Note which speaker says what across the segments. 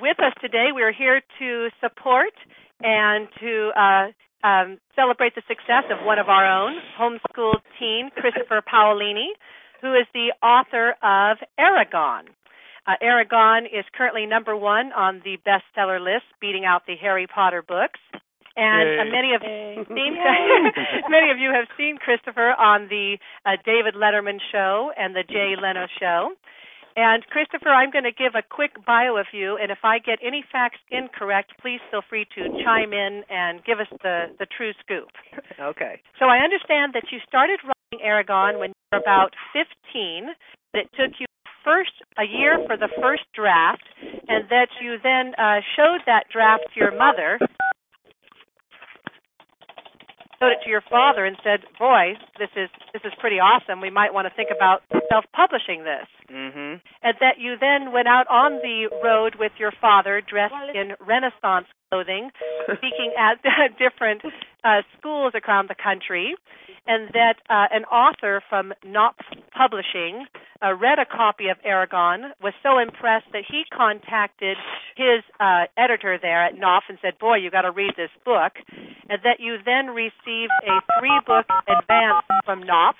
Speaker 1: with us today. We're here to support and to uh, um, celebrate the success of one of our own, homeschooled teen Christopher Paolini, who is the author of Aragon. Uh, Aragon is currently number one on the bestseller list, beating out the Harry Potter books. And uh,
Speaker 2: Yay.
Speaker 1: many of
Speaker 3: Yay.
Speaker 1: seen-
Speaker 3: Yay.
Speaker 1: many of you have seen Christopher on the uh, David Letterman show and the Jay Leno show. And Christopher, I'm going to give a quick bio of you, and if I get any facts incorrect, please feel free to chime in and give us the, the true scoop.
Speaker 3: Okay.
Speaker 1: So I understand that you started writing Aragon when you were about 15. That it took you first a year for the first draft, and that you then uh, showed that draft to your mother, showed it to your father, and said, "Boy, this is this is pretty awesome. We might want to think about self-publishing this."
Speaker 3: Mhm.
Speaker 1: And that you then went out on the road with your father, dressed in Renaissance clothing, speaking at different uh, schools around the country, and that uh, an author from Knopf Publishing uh, read a copy of Aragon, was so impressed that he contacted his uh, editor there at Knopf and said, "Boy, you got to read this book," and that you then received a three-book advance from Knopf.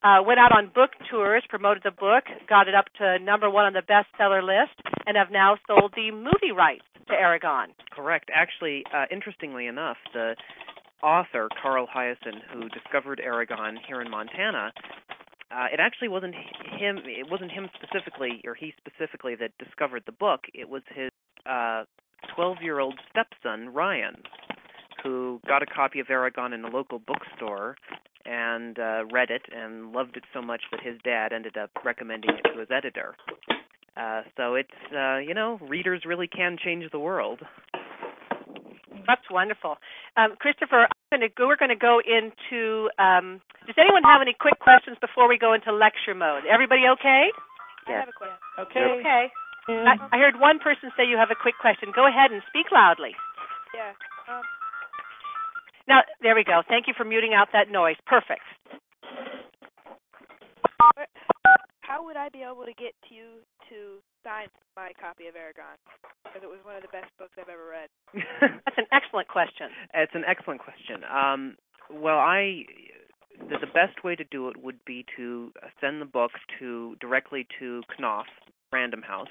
Speaker 1: Uh, went out on book tours, promoted the book, got it up to number one on the bestseller list, and have now sold the movie rights to Aragon.
Speaker 3: Correct. Actually, uh, interestingly enough, the author Carl Hyacin, who discovered Aragon here in Montana, uh, it actually wasn't him. It wasn't him specifically, or he specifically, that discovered the book. It was his uh, 12-year-old stepson Ryan, who got a copy of Aragon in a local bookstore and uh, read it and loved it so much that his dad ended up recommending it to his editor. Uh, so it's uh, you know readers really can change the world.
Speaker 1: That's wonderful. Um, Christopher, I'm gonna go, we're going to go into. Um, does anyone have any quick questions before we go into lecture mode? Everybody okay?
Speaker 3: Yes.
Speaker 4: have a question.
Speaker 2: Okay.
Speaker 1: Okay.
Speaker 2: Yeah.
Speaker 1: I, I heard one person say you have a quick question. Go ahead and speak loudly.
Speaker 4: Yeah. Um,
Speaker 1: Now, there we go. Thank you for muting out that noise. Perfect.
Speaker 4: how would I be able to get to you to sign my copy of Aragon? Because it was one of the best books I've ever read.
Speaker 1: That's an excellent question.
Speaker 3: It's an excellent question. Um, well, I the, the best way to do it would be to send the book to directly to Knopf Random House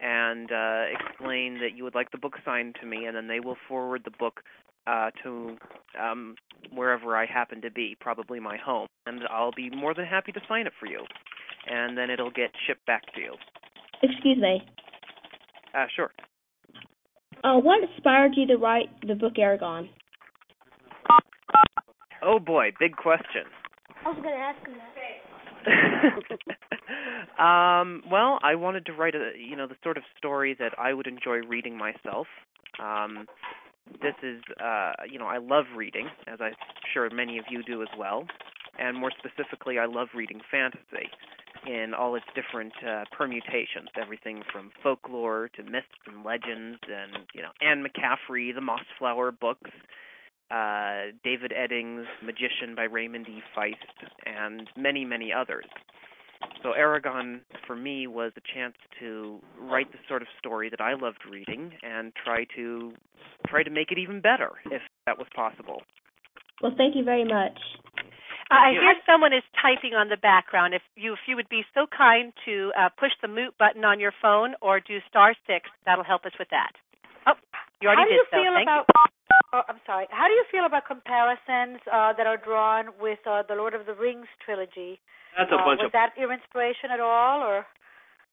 Speaker 3: and uh, explain that you would like the book signed to me, and then they will forward the book uh, to um, wherever I happen to be, probably my home, and I'll be more than happy to sign it for you, and then it'll get shipped back to you.
Speaker 5: Excuse me.
Speaker 3: Uh, sure.
Speaker 5: Uh, what inspired you to write the book Aragon?
Speaker 3: Oh boy, big question.
Speaker 6: I was gonna ask him that.
Speaker 3: um, well, I wanted to write a you know the sort of story that I would enjoy reading myself. Um, this is uh, you know I love reading, as I'm sure many of you do as well, and more specifically, I love reading fantasy in all its different uh, permutations, everything from folklore to myths and legends, and you know Anne McCaffrey, the Mossflower books. Uh, David Eddings' Magician by Raymond E. Feist, and many, many others so Aragon for me was a chance to write the sort of story that I loved reading and try to try to make it even better if that was possible.
Speaker 5: Well, thank you very much.
Speaker 1: Uh, I
Speaker 3: you.
Speaker 1: hear someone is typing on the background. If you if you would be so kind to uh, push the mute button on your phone or do star six, that'll help us with that. Oh, you already
Speaker 4: How do
Speaker 1: did
Speaker 4: you
Speaker 1: so.
Speaker 4: feel
Speaker 1: Thank
Speaker 4: about- Oh, I'm sorry. How do you feel about comparisons uh, that are drawn with uh, the Lord of the Rings trilogy?
Speaker 2: That's a
Speaker 4: Uh,
Speaker 2: bunch
Speaker 4: was
Speaker 2: of
Speaker 4: that your inspiration at all, or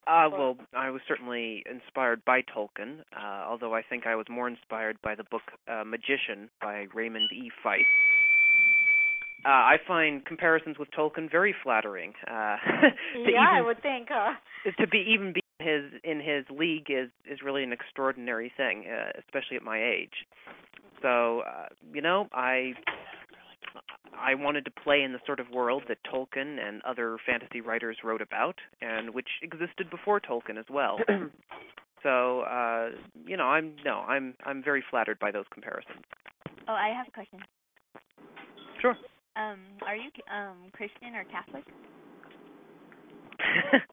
Speaker 3: Uh, well, I was certainly inspired by Tolkien, uh, although I think I was more inspired by the book uh, Magician by Raymond E. Feist. Uh, I find comparisons with Tolkien very flattering. Uh, to
Speaker 4: yeah, I
Speaker 3: even
Speaker 4: would think. Uh,
Speaker 3: to be even be in his in his league is is really an extraordinary thing, uh, especially at my age. So uh, you know, I I wanted to play in the sort of world that Tolkien and other fantasy writers wrote about, and which existed before Tolkien as well. so uh, you know, I'm no, I'm I'm very flattered by those comparisons.
Speaker 7: Oh, I have a question.
Speaker 3: Sure.
Speaker 7: Um, are you um Christian or Catholic?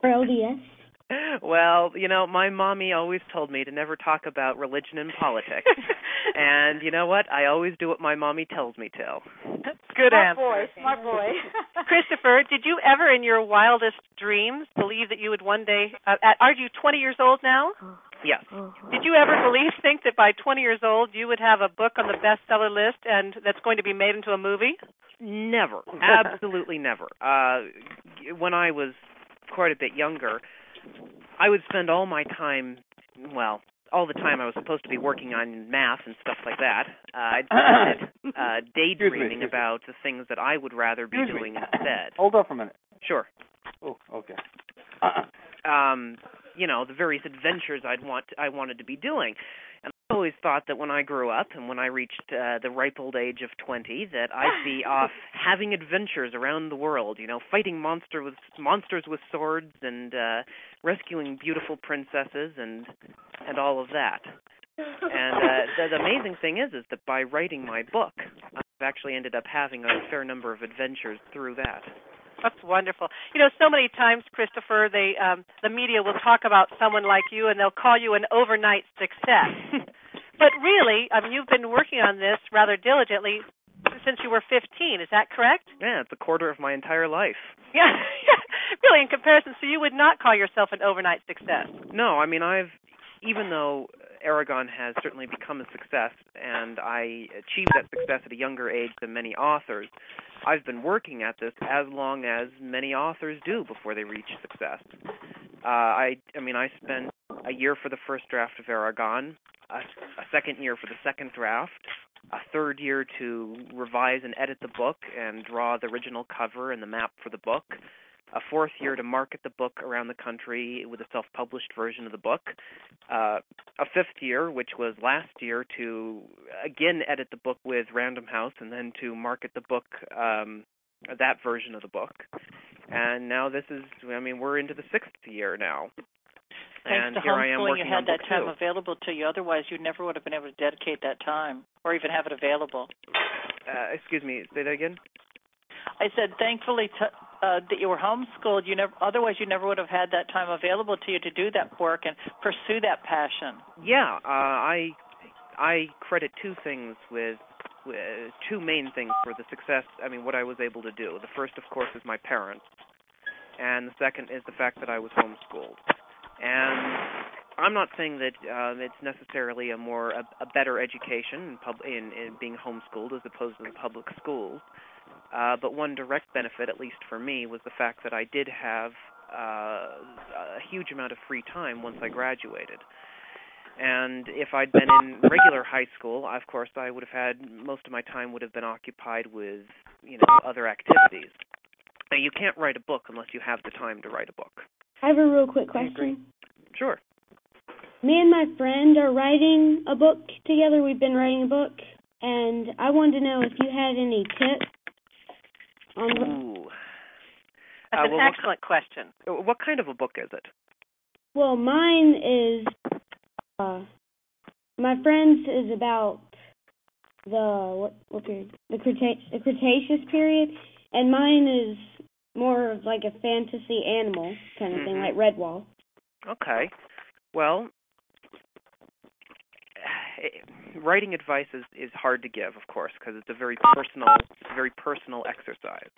Speaker 5: RLDS.
Speaker 3: well, you know, my mommy always told me to never talk about religion and politics. and you know what? I always do what my mommy tells me to.
Speaker 1: Good
Speaker 6: smart
Speaker 1: answer.
Speaker 6: boy, smart boy.
Speaker 1: Christopher, did you ever in your wildest dreams believe that you would one day uh, at, are you 20 years old now?
Speaker 4: Uh-huh.
Speaker 3: Yes.
Speaker 1: Did you ever believe think that by 20 years old you would have a book on the bestseller list and that's going to be made into a movie?
Speaker 3: Never. Absolutely never. Uh when I was quite a bit younger, I would spend all my time, well, all the time I was supposed to be working on math and stuff like that. Uh, I'd spend it uh daydreaming
Speaker 2: excuse me.
Speaker 3: about the things that I would rather be
Speaker 2: Excuse me.
Speaker 3: doing instead.
Speaker 2: Hold on for a minute.
Speaker 3: Sure.
Speaker 2: Oh, okay.
Speaker 3: um you know the various adventures i'd want i wanted to be doing and i always thought that when i grew up and when i reached uh, the ripe old age of 20 that i'd be off having adventures around the world you know fighting monster with monsters with swords and uh rescuing beautiful princesses and and all of that and uh, the, the amazing thing is is that by writing my book i've actually ended up having a fair number of adventures through that
Speaker 1: That's wonderful. You know, so many times, Christopher, they um, the media will talk about someone like you, and they'll call you an overnight success. but really, I mean, you've been working on this rather diligently since you were 15. Is that correct?
Speaker 3: yeah it's a quarter of my entire life
Speaker 1: Yeah. really, in comparison, so you would not call yourself an overnight success.
Speaker 3: No, I mean I've even though Aragon has certainly become a success and I achieved that success at a younger age than many authors, I've been working at this as long as many authors do before they reach success. Uh I I mean I spent a year for the first draft of Aragon, a, a second year for the second draft, a third year to revise and edit the book and draw the original cover and the map for the book, a fourth year to market the book around the country with a self-published version of the book, uh, a fifth year, which was last year, to again edit the book with Random House and then to market the book, um, that version of the book. And now this is, I mean, we're into the sixth year now.
Speaker 7: Thanks
Speaker 3: and
Speaker 7: to
Speaker 3: here I am
Speaker 7: homeschooling,
Speaker 3: working
Speaker 7: you had
Speaker 3: on
Speaker 7: that
Speaker 3: book
Speaker 7: time
Speaker 3: two.
Speaker 7: available to you. Otherwise, you never would have been able to dedicate that time or even have it available.
Speaker 3: Uh, excuse me, say that again?
Speaker 7: I said, thankfully, t- uh, that you were homeschooled. You never, otherwise, you never would have had that time available to you to do that work and pursue that passion.
Speaker 3: Yeah, uh, I I credit two things with uh, two main things for the success. I mean, what I was able to do. The first, of course, is my parents, and the second is the fact that I was homeschooled. And I'm not saying that um, it's necessarily a more a, a better education in, pub, in in being homeschooled as opposed to the public schools. Uh, but one direct benefit, at least for me, was the fact that I did have uh, a huge amount of free time once I graduated. And if I'd been in regular high school, of course, I would have had most of my time would have been occupied with, you know, other activities. Now, you can't write a book unless you have the time to write a book.
Speaker 5: I have a real quick
Speaker 3: I agree.
Speaker 5: question.
Speaker 3: Sure.
Speaker 5: Me and my friend are writing a book together. We've been writing a book, and I wanted to know if you had any tips on
Speaker 3: Ooh.
Speaker 1: Um, That's
Speaker 3: Uh,
Speaker 1: an
Speaker 3: well, what-
Speaker 1: excellent question.
Speaker 3: Uh, What kind of a book is it?
Speaker 5: Well, mine is uh my friend's is about the what what period? The Cretaceous, the Cretaceous period, and mine is more of like a fantasy animal kind of thing,
Speaker 3: Mhm.
Speaker 5: like Redwall.
Speaker 3: Okay. Well, writing advice is is hard to give, of course, because it's a very personal, it's a very personal exercise.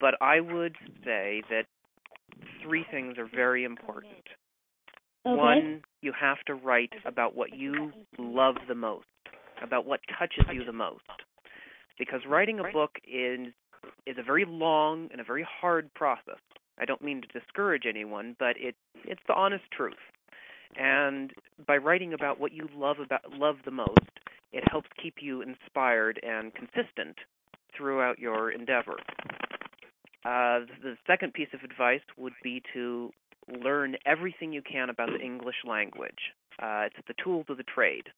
Speaker 3: But I would say that three things are very important.
Speaker 5: Okay.
Speaker 3: One, you have to write about what you love the most, about what touches you the most. Because writing a book is is a very long and a very hard process. I don't mean to discourage anyone, but it it's the honest truth. And by writing about what you love about love the most, it helps keep you inspired and consistent throughout your endeavor. Uh, the second piece of advice would be to learn everything you can about the English language. Uh, it's the tools of the trade.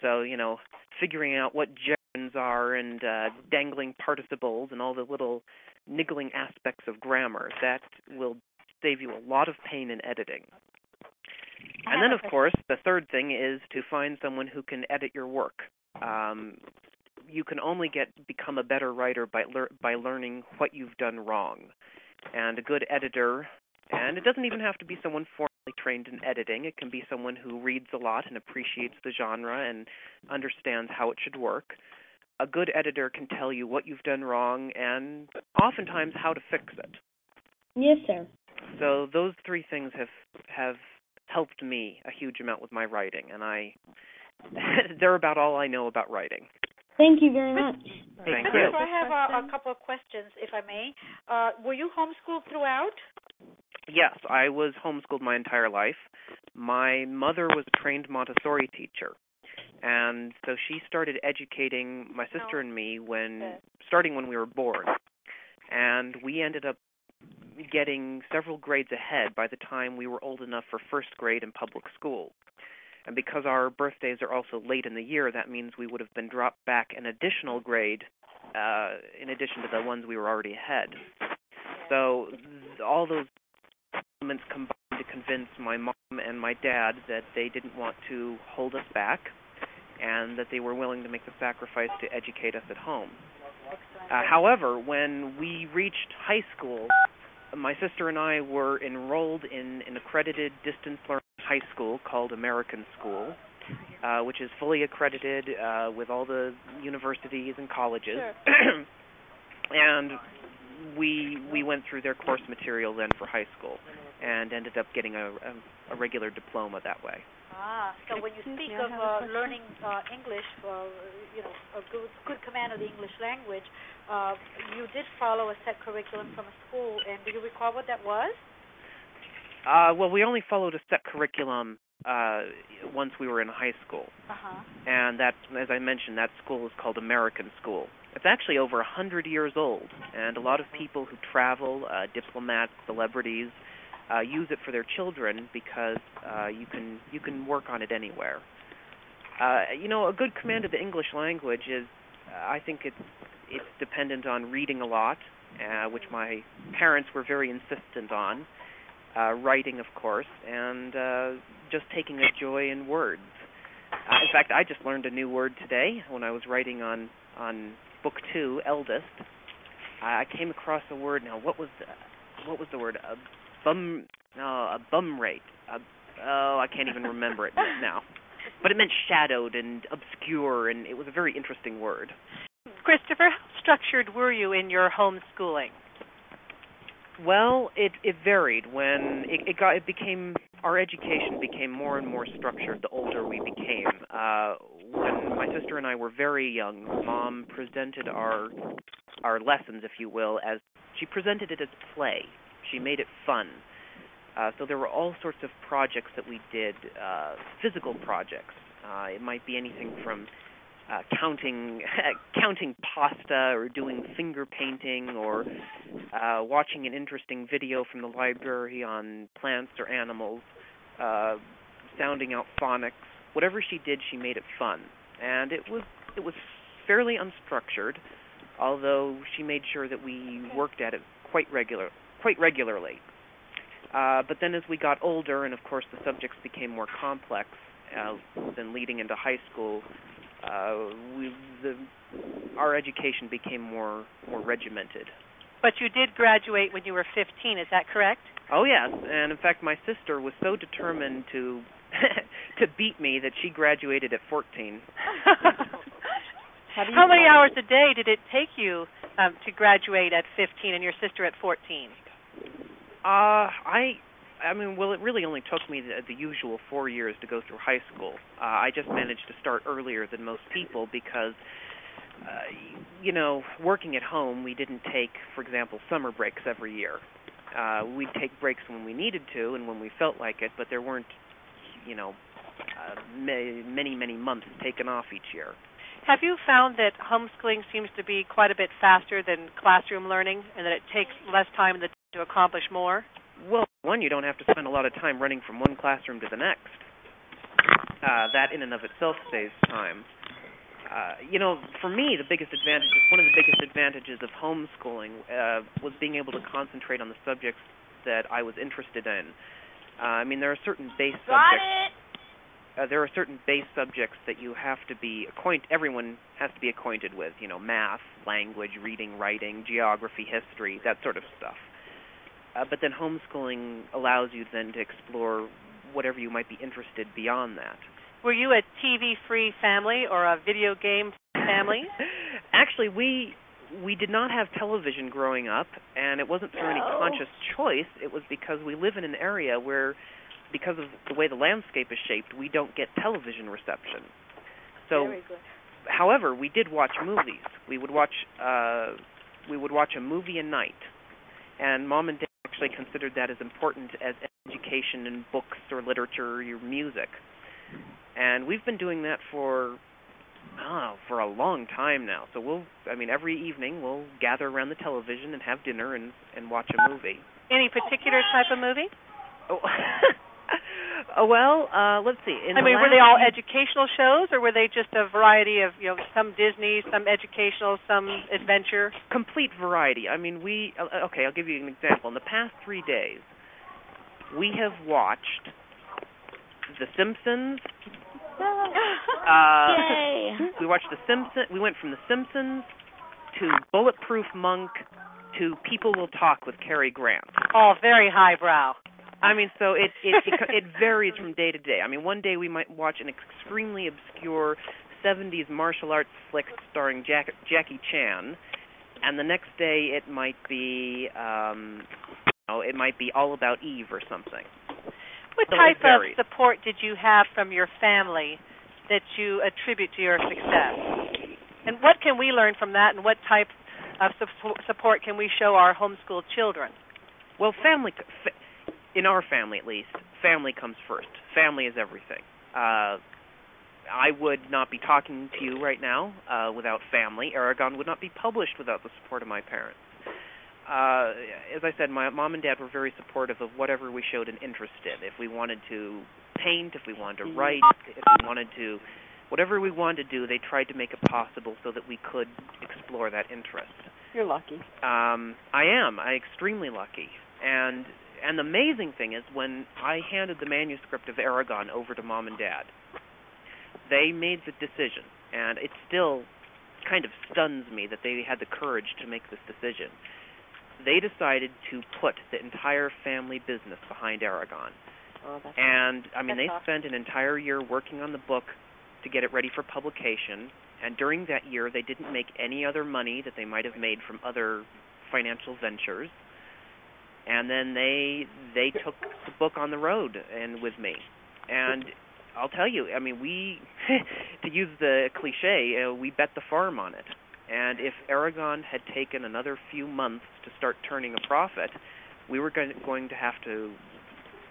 Speaker 3: So, you know, figuring out what gerunds are and uh, dangling participles and all the little niggling aspects of grammar, that will save you a lot of pain in editing. And then, of course, the third thing is to find someone who can edit your work. Um, you can only get become a better writer by lear- by learning what you've done wrong, and a good editor And it doesn't even have to be someone formally trained in editing. It can be someone who reads a lot and appreciates the genre and understands how it should work. A good editor can tell you what you've done wrong and oftentimes how to fix it.
Speaker 5: Yes, sir.
Speaker 3: So those three things have have helped me a huge amount with my writing and I they're about all I know about writing.
Speaker 5: Thank you very much.
Speaker 3: Thank
Speaker 2: Mr.
Speaker 3: you.
Speaker 2: So I have a, a couple of questions, if I may. Uh, were you homeschooled throughout?
Speaker 3: Yes, I was homeschooled my entire life. My mother was a trained Montessori teacher. And so she started educating my sister and me when starting when we were born. And we ended up getting several grades ahead by the time we were old enough for first grade in public school. And because our birthdays are also late in the year, that means we would have been dropped back an additional grade uh, in addition to the ones we were already ahead. So th- all those elements combined to convince my mom and my dad that they didn't want to hold us back and that they were willing to make the sacrifice to educate us at home. Uh, however, when we reached high school, my sister and I were enrolled in an accredited distance learning high school called American School, uh, which is fully accredited uh, with all the universities and colleges. and we we went through their course material then for high school, and ended up getting a, a, a regular diploma that way.
Speaker 2: Ah, so when you speak of uh, learning uh, English, uh, you know, a good, good command of the English language, uh, you did follow a set curriculum from a school, and do you recall what that was?
Speaker 3: Uh, well, we only followed a set curriculum uh, once we were in high school,
Speaker 2: Uh-huh.
Speaker 3: and that, as I mentioned, that school is called American School. It's actually over a hundred years old, and a lot of people who travel, uh, diplomats, celebrities, uh, use it for their children because uh, you can you can work on it anywhere. Uh, you know, a good command of the English language is, uh, I think it's it's dependent on reading a lot, uh, which my parents were very insistent on uh, writing, of course, and uh, just taking a joy in words. Uh, in fact, I just learned a new word today when I was writing on on book two, eldest. I I came across a word. Now, what was the, what was the word? A bum no, a bum rate. A, oh, I can't even remember it now. But it meant shadowed and obscure, and it was a very interesting word.
Speaker 1: Christopher, how structured were you in your homeschooling?
Speaker 3: Well, it it varied when it, it got it became our education became more and more structured the older we became. Uh, when my sister and I were very young, mom presented our our lessons, if you will, as she presented it as play. She made it fun. Uh, so there were all sorts of projects that we did, uh, physical projects. Uh, it might be anything from uh, counting counting pasta or doing finger painting or uh, watching an interesting video from the library on plants or animals, uh, sounding out phonics. Whatever she did, she made it fun, and it was it was fairly unstructured, although she made sure that we worked at it quite regular quite regularly. Uh, but then as we got older, and of course the subjects became more complex, uh, then leading into high school, uh, we, the, our education became more more regimented.
Speaker 1: But you did graduate when you were 15, is that correct?
Speaker 3: Oh yes, and in fact, my sister was so determined to to beat me that she graduated at 14.
Speaker 1: How, many hours a day did it take you um, to graduate at 15 and your sister at 14?
Speaker 3: Uh, I I mean, well, it really only took me the, the usual four years to go through high school. Uh, I just managed to start earlier than most people because. Uh, you know, working at home, we didn't take, for example, summer breaks every year. Uh, we'd take breaks when we needed to and when we felt like it, but there weren't, you know, uh, ma- many, many months taken off each year.
Speaker 1: Have you found that homeschooling seems to be quite a bit faster than classroom learning and that it takes less time than- to accomplish more?
Speaker 3: Well, one, you don't have to spend a lot of time running from one classroom to the next. Uh, that in and of itself saves time. Uh, you know, for me, the biggest advantage, one of the biggest advantages of homeschooling uh, was being able to concentrate on the subjects that I was interested in. Uh, I mean, there are certain base
Speaker 2: Got
Speaker 3: subjects.
Speaker 2: it.
Speaker 3: Uh, there are certain base subjects that you have to be acquaint. Everyone has to be acquainted with. You know, math, language, reading, writing, geography, history, that sort of stuff. Uh, but then homeschooling allows you then to explore whatever you might be interested beyond that.
Speaker 1: Were you a TV-free family or a video game family?
Speaker 3: Actually, we we did not have television growing up, and it wasn't through any
Speaker 1: No.
Speaker 3: conscious choice. It was because we live in an area where, because of the way the landscape is shaped, we don't get television reception. So
Speaker 2: Very good.
Speaker 3: however, we did watch movies. We would watch uh we would watch a movie a night. And mom and dad actually considered that as important as education in books or literature or your music. And we've been doing that for oh, for a long time now. So we'll I mean every evening we'll gather around the television and have dinner and and watch a movie.
Speaker 1: Any particular type of movie?
Speaker 3: Oh, oh well, uh let's see. In
Speaker 1: I
Speaker 3: the
Speaker 1: mean, were
Speaker 3: last
Speaker 1: they all
Speaker 3: few-
Speaker 1: educational shows, or were they just a variety of you know some Disney, some educational, some adventure?
Speaker 3: complete variety. I mean, we uh, okay. I'll give you an example. In the past three days, we have watched The Simpsons. Uh, We watched The Simpsons. We went from The Simpsons to Bulletproof Monk to People Will Talk with Cary Grant.
Speaker 1: All very highbrow.
Speaker 3: I mean, so it it it, co- it varies from day to day. I mean, one day we might watch an extremely obscure 70s martial arts flick starring Jack, Jackie Chan, and the next day it might be um, oh, it might be all about Eve or something.
Speaker 1: What
Speaker 3: So it
Speaker 1: type of
Speaker 3: varies.
Speaker 1: support did you have from your family that you attribute to your success? And what can we learn from that, and what type of su- support can we show our homeschooled children?
Speaker 3: Well, family, co- fa- in our family at least, family comes first. Family is everything. Uh, I would not be talking to you right now uh, without family. Aragon would not be published without the support of my parents. Uh, as I said, my mom and dad were very supportive of whatever we showed an interest in. If we wanted to paint, if we wanted to write, if we wanted to, whatever we wanted to do, they tried to make it possible so that we could explore that interest.
Speaker 8: You're lucky.
Speaker 3: Um, I am. I extremely lucky. And and the amazing thing is when I handed the manuscript of Aragon over to mom and dad, they made the decision, and it still kind of stuns me that they had the courage to make this decision. They decided to put the entire family business behind Aragon.
Speaker 8: Oh, that's
Speaker 3: And I
Speaker 2: That's
Speaker 3: mean, they
Speaker 2: awesome.
Speaker 3: spent an entire year working on the book to get it ready for publication. And during that year, they didn't make any other money that they might have made from other financial ventures. And then they they took the book on the road and with me. And I'll tell you, I mean, we to use the cliche, uh, we bet the farm on it. And if Aragon had taken another few months to start turning a profit, we were going going to have to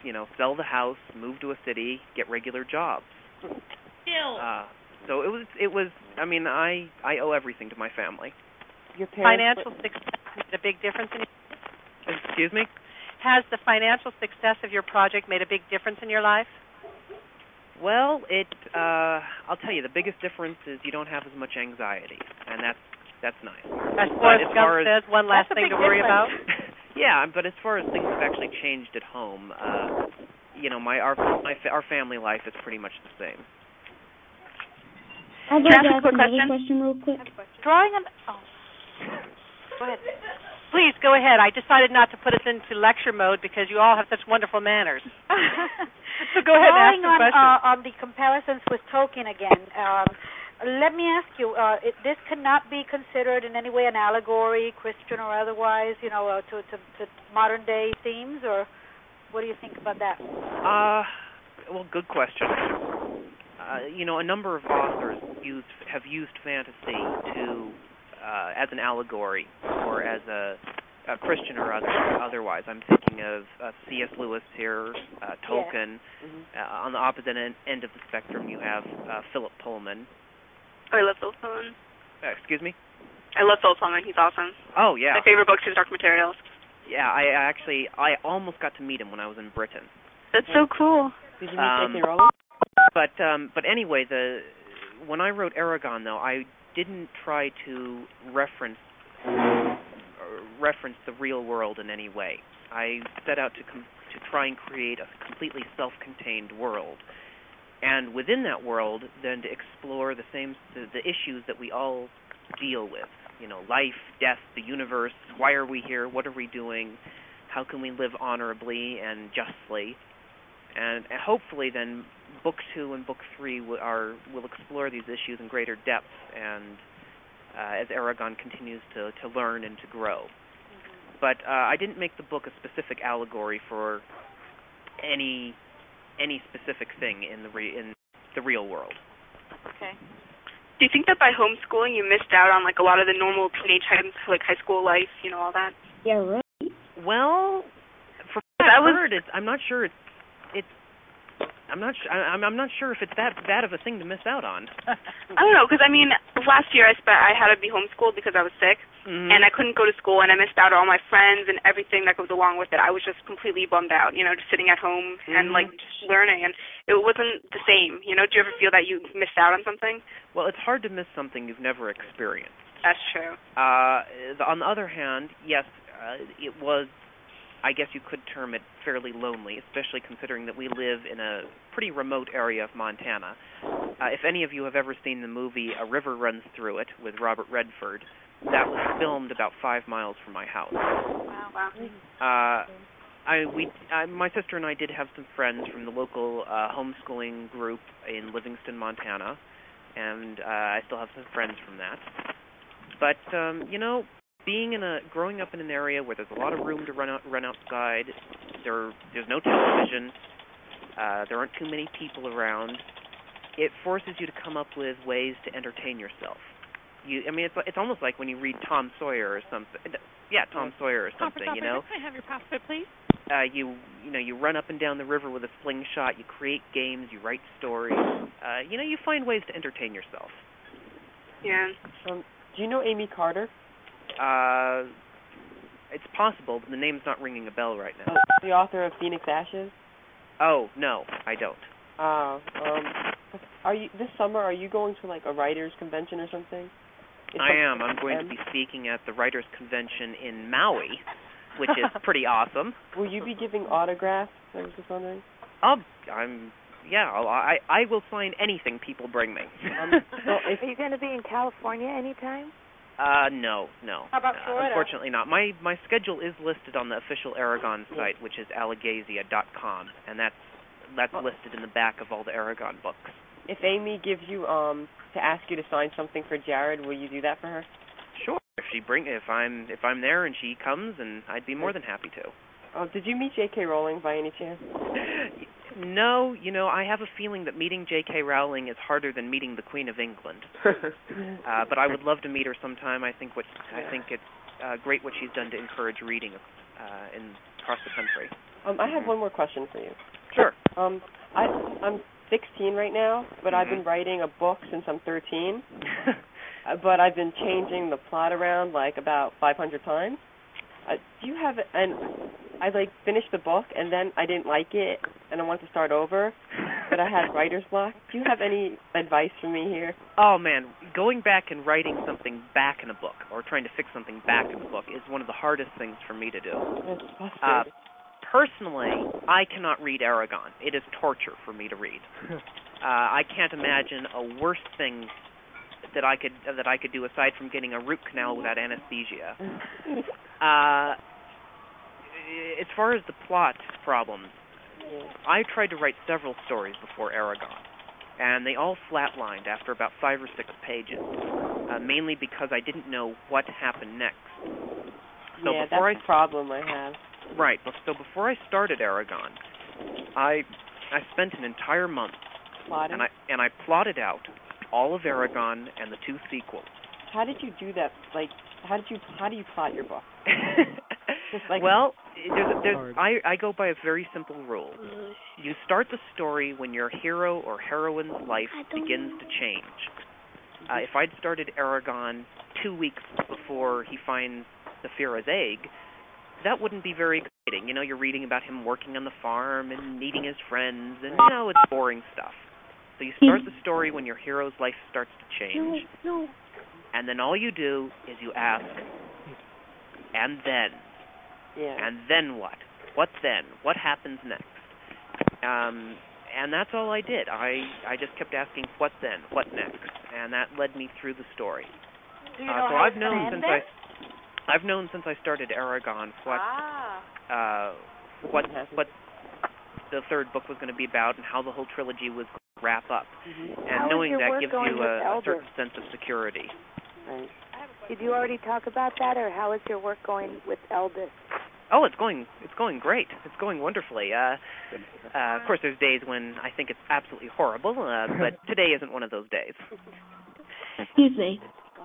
Speaker 3: you know, sell the house, move to a city, get regular jobs. Uh, so it was it was I mean, I I owe everything to my family.
Speaker 8: your parents
Speaker 1: Financial success made a big difference. In,
Speaker 3: Excuse me?
Speaker 1: has the financial success of your project made a big difference in your life?
Speaker 3: Well, it uh I'll tell you the biggest difference is you don't have as much anxiety and that's that's nice.
Speaker 1: As
Speaker 3: But
Speaker 1: Forrest
Speaker 3: as
Speaker 1: Gump
Speaker 3: far as-
Speaker 1: says, one last
Speaker 2: That's a
Speaker 1: thing
Speaker 2: big
Speaker 1: to worry about.
Speaker 2: difference.
Speaker 3: yeah, but as far as things have actually changed at home, uh you know, my our my fa- our family life is pretty much the same.
Speaker 5: I'd like
Speaker 2: Can I
Speaker 5: to
Speaker 2: ask a
Speaker 5: ask
Speaker 2: quick
Speaker 5: another
Speaker 2: question?
Speaker 5: question real quick.
Speaker 2: Drawing an oh, go ahead.
Speaker 1: Please go ahead. I decided not to put us into lecture mode because you all have such wonderful manners. So go ahead and ask
Speaker 2: Drawing
Speaker 1: the
Speaker 2: on,
Speaker 1: question.
Speaker 2: Uh, on the comparisons with Tolkien again, um, let me ask you: uh, it, this cannot be considered in any way an allegory, Christian or otherwise, you know, uh, to, to, to modern day themes, or what do you think about that?
Speaker 3: Uh, well, good question. Uh, you know, a number of authors used have used fantasy to uh, as an allegory or as a, a Christian or other, otherwise. I'm thinking of uh, C.S. Lewis here, uh, Tolkien.
Speaker 8: Mhm.
Speaker 3: Uh, on the opposite end, end of the spectrum, you have uh, Philip Pullman.
Speaker 9: Oh, I love Phil Solomon.
Speaker 3: Uh, excuse me.
Speaker 9: I love Phil Solomon. He's awesome.
Speaker 3: Oh yeah,
Speaker 9: My favorite book's his Dark Materials.
Speaker 3: yeah. I I actually I almost got to meet him when I was in Britain.
Speaker 9: That's so cool.
Speaker 8: Did you meet
Speaker 3: um,
Speaker 8: J.K. Rowling?
Speaker 3: But um but anyway, the when I wrote Aragon though, I didn't try to reference uh, reference the real world in any way. I set out to com- to try and create a completely self-contained world. And within that world, then to explore the same the, the issues that we all deal with, you know, life, death, the universe, why are we here, what are we doing, how can we live honorably and justly, and, and hopefully then book two and book three will, are will explore these issues in greater depth and uh, as Aragon continues to to learn and to grow.
Speaker 9: Mm-hmm.
Speaker 3: But uh, I didn't make the book a specific allegory for any any specific thing in the re- in the real world.
Speaker 2: Okay.
Speaker 9: Do you think that by homeschooling you missed out on like a lot of the normal teenage high, like high school life, you know, all that?
Speaker 5: Yeah, right.
Speaker 3: Well, from what
Speaker 9: That
Speaker 3: I've
Speaker 9: was-
Speaker 3: heard, it's, I'm not sure it's it's I'm not su- I- I'm I'm not sure if it's that bad of a thing to miss out on.
Speaker 9: I don't know, because I mean, last year I spent I had to be homeschooled because I was sick,
Speaker 3: Mhm.
Speaker 9: and I couldn't go to school, and I missed out on all my friends and everything that goes along with it. I was just completely bummed out, you know, just sitting at home and
Speaker 3: Mhm.
Speaker 9: like just learning, and it wasn't the same, you know. Do you ever feel that you missed out on something?
Speaker 3: Well, it's hard to miss something you've never experienced.
Speaker 9: That's true.
Speaker 3: Uh, the- on the other hand, yes, uh, it was. I guess you could term it fairly lonely, especially considering that we live in a pretty remote area of Montana. Uh, if any of you have ever seen the movie A River Runs Through It with Robert Redford, that was filmed about five miles from my house.
Speaker 9: Wow. wow.
Speaker 3: Uh, I we I, my sister and I did have some friends from the local uh, homeschooling group in Livingston, Montana, and uh, I still have some friends from that. But um, you know, being in a growing up in an area where there's a lot of room to run out, run outside, there there's no television, uh, there aren't too many people around. It forces you to come up with ways to entertain yourself. You, I mean, it's it's almost like when you read Tom Sawyer or something. Yeah, Tom Sawyer or something. You know,
Speaker 10: Can I have your password, please?
Speaker 3: uh, you you know you run up and down the river with a sling shot. You create games. You write stories. Uh, you know you find ways to entertain yourself.
Speaker 9: Yeah.
Speaker 8: Um, do you know Amy Carter?
Speaker 3: Uh, it's possible, but the name's not ringing a bell right now.
Speaker 8: uh, The author of Phoenix Ashes?
Speaker 3: Oh no, I don't.
Speaker 8: Oh, um, are you this summer? Are you going to like a writers convention or something? It's
Speaker 3: I
Speaker 8: like-
Speaker 3: am. I'm going to be speaking at the writers' convention in Maui, which is pretty awesome.
Speaker 8: Will you be giving autographs? I was just wondering.
Speaker 3: I'll, I'm yeah. I'll, I I will sign anything people bring me.
Speaker 8: Um, well, if
Speaker 11: Are you going to be in California anytime?
Speaker 3: Uh, no, no.
Speaker 11: How about
Speaker 3: Uh,
Speaker 11: Florida?
Speaker 3: unfortunately not. My my schedule is listed on the official Aragon site, which is allegazia.com, and that's that's listed in the back of all the Aragon books.
Speaker 8: if Amy gives you um to ask you to sign something for Jared, will you do that for her?
Speaker 3: Sure. If she bring if I'm if I'm there and she comes, and I'd be more than happy to.
Speaker 8: Oh, did you meet J.K. Rowling by any chance?
Speaker 3: No, you know, I have a feeling that meeting J.K. Rowling is harder than meeting the Queen of England. Uh, but I would love to meet her sometime. I think what I think it's uh, great what she's done to encourage reading uh, in across the country.
Speaker 8: Um, I have one more question for you.
Speaker 3: Sure.
Speaker 8: Um, I I'm 16 right now, but I've been
Speaker 3: Mhm.
Speaker 8: writing a book since I'm 13. Uh, but I've been changing the plot around like about 500 times. Uh, do you have and I like finished the book and then I didn't like it and I wanted to start over, but I had writer's block. Do you have any advice for me here?
Speaker 3: Oh man, going back and writing something back in a book or trying to fix something back in a book is one of the hardest things for me to do. Uh, personally, I cannot read Aragon. It is torture for me to read. Uh, I can't imagine a worse thing that I could that I could do aside from getting a root canal without anesthesia. Uh, as far as the plot problems, I tried to write several stories before Aragon, and they all flatlined after about five or six pages, uh, mainly because I didn't know what happened next. So
Speaker 8: yeah,
Speaker 3: before
Speaker 8: that's a problem I have.
Speaker 3: I right, but- so before I started Aragon, I I spent an entire month
Speaker 8: Plotting.
Speaker 3: and I and I plotted out all of Aragon and the two sequels.
Speaker 8: How did you do that? Like, how did you how do you plot your book? Just like
Speaker 3: well, there's, there's, I, I go by a very simple rule. You start the story when your hero or heroine's life begins to change. Uh, if I'd started Aragon two weeks before he finds Saphira's egg, that wouldn't be very exciting. You know, you're reading about him working on the farm and meeting his friends, and you know, it's boring stuff. So you start the story when your hero's life starts to change.
Speaker 6: No,
Speaker 3: And then all you do is you ask, and then,
Speaker 8: yeah.
Speaker 3: and then what? What then? What happens next? Um, and that's all I did. I I just kept asking, what then? What next? And that led me through the story.
Speaker 2: Do you
Speaker 3: Uh,
Speaker 2: know
Speaker 3: so
Speaker 2: how
Speaker 3: I've
Speaker 2: it's
Speaker 3: known
Speaker 2: gonna end
Speaker 3: since
Speaker 2: then?
Speaker 3: I I've known since I started Aragon what
Speaker 2: Ah.
Speaker 3: uh, what what the third book was going to be about and how the whole trilogy was going to wrap up.
Speaker 11: Mm-hmm. How
Speaker 3: And
Speaker 11: is
Speaker 3: knowing
Speaker 11: your
Speaker 3: that
Speaker 11: work
Speaker 3: gives
Speaker 11: going
Speaker 3: you
Speaker 11: with
Speaker 3: a, a
Speaker 11: Elder?
Speaker 3: certain sense of security.
Speaker 11: Did you already talk about that, or how is your work going with Eldest?
Speaker 3: Oh, it's going it's going great. It's going wonderfully. Uh, uh, of course, there's days when I think it's absolutely horrible, uh, but today isn't one of those days.
Speaker 5: Excuse me.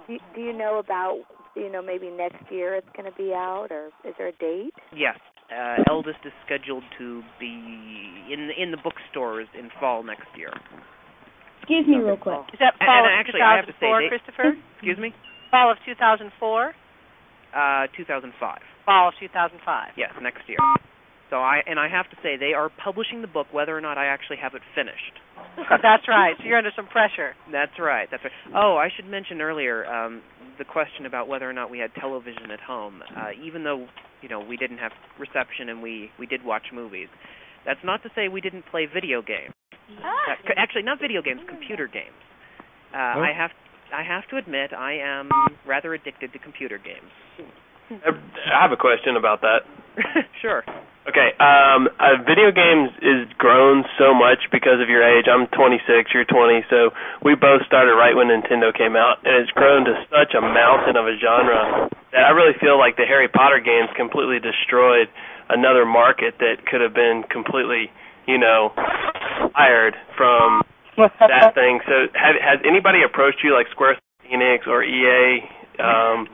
Speaker 11: Do you, do you know about, you know, maybe next year it's going to be out, or is there a date?
Speaker 3: Yes, uh, eldest is scheduled to be in in the bookstores in fall next year.
Speaker 5: Excuse me, real quick.
Speaker 1: Is that
Speaker 3: And-
Speaker 1: fall
Speaker 3: and
Speaker 1: of
Speaker 3: actually, I have to say
Speaker 1: 2004,
Speaker 3: they-
Speaker 1: Christopher?
Speaker 3: Excuse me.
Speaker 1: Fall of 2004?
Speaker 3: Uh, 2005.
Speaker 1: Fall of 2005.
Speaker 3: Yes, next year. So I and I have to say they are publishing the book whether or not I actually have it finished.
Speaker 1: That's right. So you're under some pressure.
Speaker 3: That's right. That's right. Oh, I should mention earlier um, the question about whether or not we had television at home. Uh, even though you know we didn't have reception and we we did watch movies, that's not to say we didn't play video games. Uh, c- actually, not video games, computer games. Uh,
Speaker 10: Oh.
Speaker 3: I have I have to admit I am rather addicted to computer games.
Speaker 10: I have a question about that.
Speaker 3: sure.
Speaker 10: Okay, um, uh, video games is grown so much because of your age. I'm 26, you're 20, so we both started right when Nintendo came out, and it's grown to such a mountain of a genre that I really feel like the Harry Potter games completely destroyed another market that could have been completely, you know, fired from that thing. So, have, has anybody approached you like Square Enix or EA um,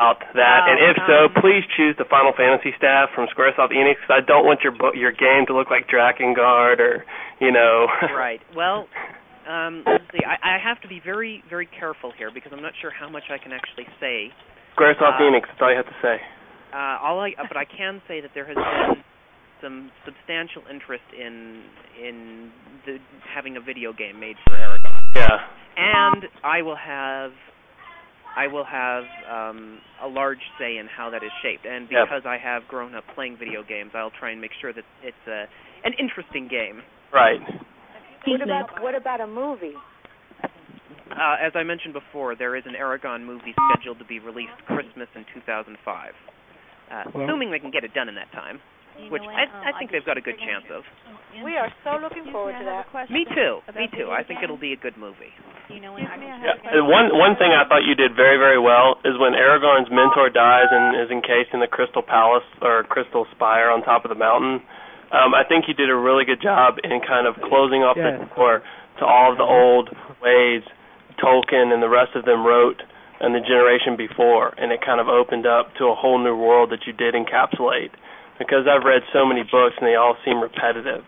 Speaker 10: about that? and if so, please choose the Final Fantasy staff from SquareSoft Enix. 'cause I don't want your bo- your game to look like Drakengard or you know.
Speaker 3: right. Well, um, let's see. I, I have to be very, very careful here because I'm not sure how much I can actually say.
Speaker 10: SquareSoft
Speaker 3: Uh,
Speaker 10: Enix. That's all you have to say.
Speaker 3: Uh, all I, but I can say that there has been some substantial interest in in the, having a video game made for Aragon,
Speaker 10: Yeah.
Speaker 3: and I will have I will have um, a large say in how that is shaped. And
Speaker 10: Yep.
Speaker 3: because I have grown up playing video games, I'll try and make sure that it's a an interesting game.
Speaker 10: Right.
Speaker 11: What about what about a movie?
Speaker 3: Uh, as I mentioned before, there is an Aragon movie scheduled to be released Christmas in 2005. Uh,
Speaker 10: Well-
Speaker 3: assuming they can get it done in that time, which
Speaker 2: um,
Speaker 3: I, I think they've got a good chance of.
Speaker 2: We are so looking forward to that.
Speaker 3: Me too. Me too. I think it'll be a good movie.
Speaker 2: You know, when I
Speaker 10: Yeah. Uh, One one thing I thought you did very very well is when Aragorn's mentor dies and is encased in the crystal palace or crystal spire on top of the mountain. Um, I think you did a really good job in kind of closing off the door to all of the old ways Tolkien and the rest of them wrote and the generation before, and it kind of opened up to a whole new world that you did encapsulate. Because I've read so many books and they all seem repetitive,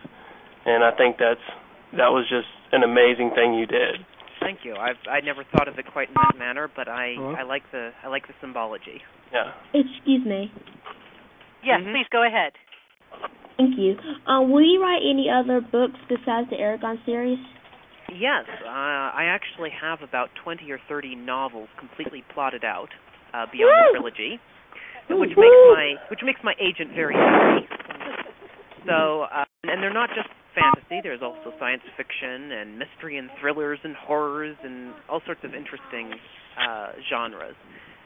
Speaker 10: and I think that's that was just an amazing thing you did.
Speaker 3: Thank you. I've I never thought of it quite in that manner, but I
Speaker 10: Mhm.
Speaker 3: I like the I like the symbology.
Speaker 10: Yeah.
Speaker 5: Excuse me.
Speaker 1: Yes,
Speaker 3: Mm-hmm.
Speaker 1: please go ahead.
Speaker 5: Thank you. Um, will you write any other books besides the Aragon series?
Speaker 3: Yes, uh, I actually have about 20 or 30 novels completely plotted out uh, beyond the trilogy, which makes my which makes my agent very happy. So, uh, and they're not just fantasy. There's also science fiction and mystery and thrillers and horrors and all sorts of interesting uh, genres.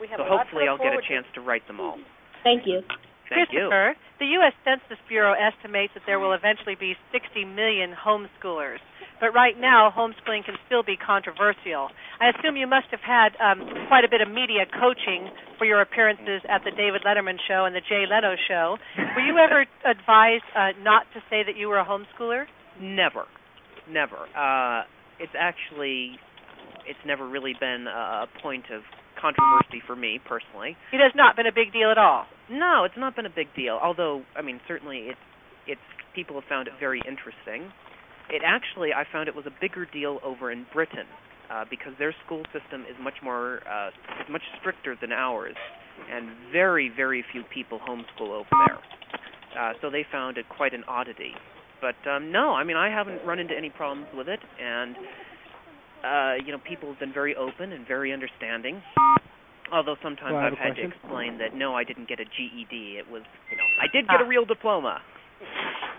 Speaker 2: We have a
Speaker 3: So
Speaker 2: lot to
Speaker 3: hopefully
Speaker 2: look
Speaker 3: I'll get a
Speaker 2: forward to.
Speaker 3: chance to write them all.
Speaker 5: Thank you.
Speaker 3: Thank you.
Speaker 1: Christopher, the U.S. Census Bureau estimates that there will eventually be 60 million homeschoolers. But right now, homeschooling can still be controversial. I assume you must have had um, quite a bit of media coaching for your appearances at the David Letterman Show and the Jay Leno Show. Were you ever advised uh, not to say that you were a homeschooler?
Speaker 3: Never, never. Uh, it's actually, it's never really been a, a point of controversy for me personally.
Speaker 1: It has not been a big deal at all.
Speaker 3: No, it's not been a big deal. Although, I mean, certainly it's it's people have found it very interesting. It actually, I found it was a bigger deal over in Britain uh, because their school system is much more uh, is much stricter than ours, and very very few people homeschool over there. Uh, so they found it quite an oddity. But um, no, I mean, I haven't run into any problems with it, and uh, you know, people have been very open and very understanding. Although sometimes
Speaker 12: Well, I have
Speaker 3: I've
Speaker 12: a
Speaker 3: had
Speaker 12: question.
Speaker 3: to explain that no, I didn't get a GED. It was, you know, I did get
Speaker 12: Ah.
Speaker 3: a real diploma.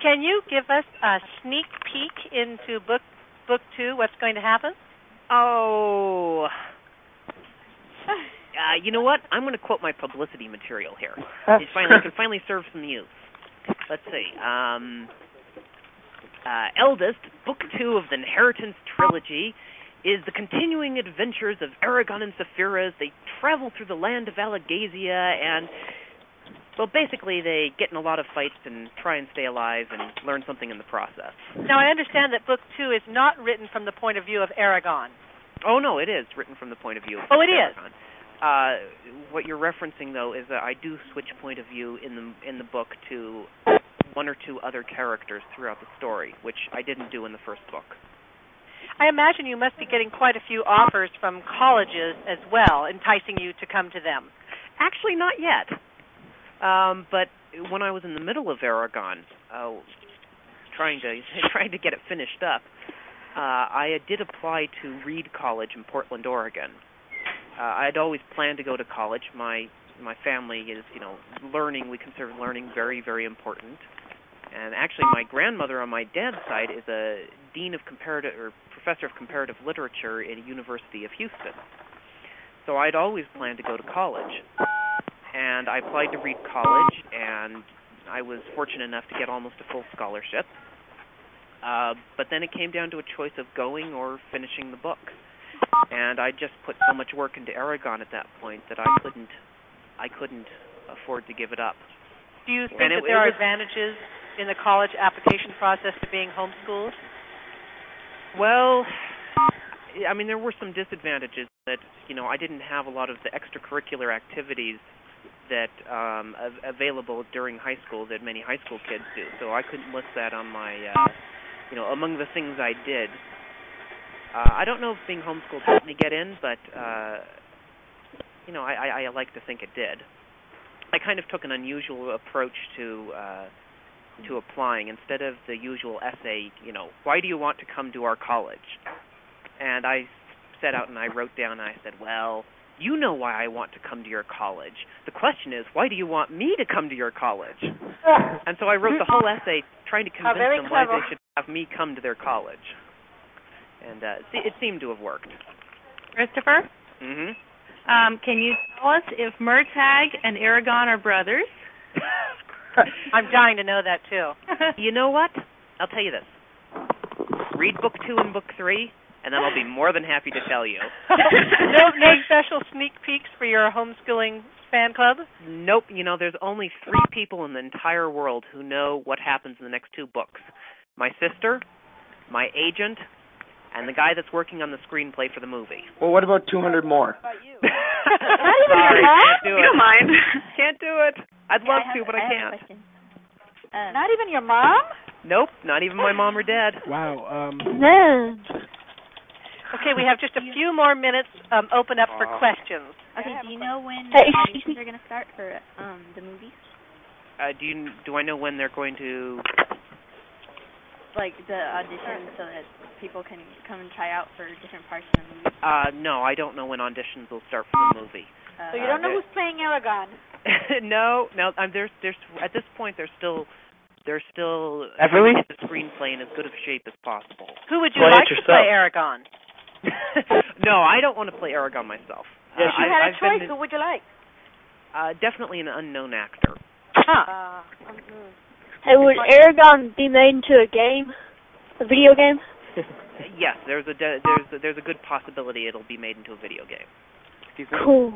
Speaker 1: Can you give us a sneak peek into book book two? What's going to happen?
Speaker 3: Oh, uh, you know what? I'm going to quote my publicity material here.
Speaker 10: Huh?
Speaker 3: It finally, can finally serve some youth. Let's see. Um, uh, Eldest, Book Two of the Inheritance Trilogy, is the continuing adventures of Aragon and Saphira as they travel through the land of Alagasia and. Well, basically, they get in a lot of fights and try and stay alive and learn something in the process.
Speaker 1: Now I understand that book two is not written from the point of view of Aragon.
Speaker 3: Oh no, it is written from the point of view. Of
Speaker 1: Oh, it is.
Speaker 3: Aragon. Uh, what you're referencing though is that I do switch point of view in the in the book to one or two other characters throughout the story, which I didn't do in the first book.
Speaker 1: I imagine you must be getting quite a few offers from colleges as well, enticing you to come to them.
Speaker 3: Actually, not yet. Um, but when I was in the middle of Aragon, uh, trying to trying to get it finished up, uh, I did apply to Reed College in Portland, Oregon. Uh, I had always planned to go to college. My my family is, you know, learning. We consider learning very very important. And actually, my grandmother on my dad's side is a dean of comparative or professor of comparative literature at a University of Houston. So I'd always planned to go to college and I applied to Reed College, and I was fortunate enough to get almost a full scholarship. Uh, but then it came down to a choice of going or finishing the book, and I just put so much work into Aragon at that point that I couldn't, I couldn't afford to give it up.
Speaker 1: Do you think
Speaker 3: And
Speaker 1: that
Speaker 3: it-
Speaker 1: there are
Speaker 3: it was-
Speaker 1: advantages in the college application process to being homeschooled?
Speaker 3: Well, I mean, there were some disadvantages that you know I didn't have a lot of the extracurricular activities that um av- available during high school that many high school kids do. So I couldn't list that on my uh you know among the things I did. Uh I don't know if being homeschooled helped me get in, but uh you know, I I, I like to think it did. I kind of took an unusual approach to uh to applying instead of the usual essay, you know, why do you want to come to our college? And I set out and I wrote down and I said, well, you know why I want to come to your college. The question is, why do you want me to come to your college? And so I wrote the whole essay trying to
Speaker 1: How
Speaker 3: convince
Speaker 1: very
Speaker 3: them why
Speaker 1: clever.
Speaker 3: they should have me come to their college. And uh, it, it seemed to have worked.
Speaker 12: Christopher,
Speaker 3: hmm
Speaker 12: um, can you tell us if Murtag and Aragon are brothers?
Speaker 1: I'm dying to know that too.
Speaker 3: you know what? I'll tell you this. Read book two and book three, and then I'll be more than happy to tell you.
Speaker 1: no, no special sneak peeks for your homeschooling fan club.
Speaker 3: Nope. You know, there's only three people in the entire world who know what happens in the next two books my sister, my agent, and the guy that's working on the screenplay for the movie.
Speaker 13: Well, what about 200 more?
Speaker 3: Sorry,
Speaker 13: that?
Speaker 3: can't do
Speaker 13: You
Speaker 3: it.
Speaker 13: don't mind.
Speaker 3: Can't do it. I'd love
Speaker 2: I have-
Speaker 3: to, but
Speaker 2: I
Speaker 3: I,
Speaker 2: have a
Speaker 3: can't.
Speaker 11: Um,
Speaker 2: Not even your mom?
Speaker 3: Nope, not even my mom or dad.
Speaker 13: Wow. Um,
Speaker 1: Okay, we have just a few more minutes um, open up for
Speaker 13: Uh,
Speaker 1: questions.
Speaker 14: Okay, do you know when
Speaker 1: Hey,
Speaker 14: auditions are going to start for um the movies?
Speaker 3: Uh, do you do I know when they're going to?
Speaker 14: Like the auditions so that people can come and try out for different parts of the movie.
Speaker 3: Uh, no, I don't know when auditions will start for the movie.
Speaker 14: Uh,
Speaker 2: So you don't know
Speaker 3: Uh,
Speaker 2: who's playing Aragon.
Speaker 3: no, no. Um, there's, there's at this point they're still, they're still
Speaker 13: Everly?
Speaker 3: trying to get the screenplay in as good of shape as possible.
Speaker 1: Who would
Speaker 3: you Play it like to yourself. play
Speaker 1: Aragon?
Speaker 3: no, I don't want to play Aragon myself.
Speaker 2: If
Speaker 3: uh,
Speaker 2: you
Speaker 3: I,
Speaker 2: had a
Speaker 3: I've
Speaker 2: choice,
Speaker 3: Been,
Speaker 2: who would you like?
Speaker 3: uh, definitely an unknown actor.
Speaker 11: Ah.
Speaker 2: Huh.
Speaker 6: Hey, would Aragon be made into a game? A video game?
Speaker 3: Yes, there's a de- there's a, there's a good possibility it'll be made into a video game.
Speaker 6: Cool.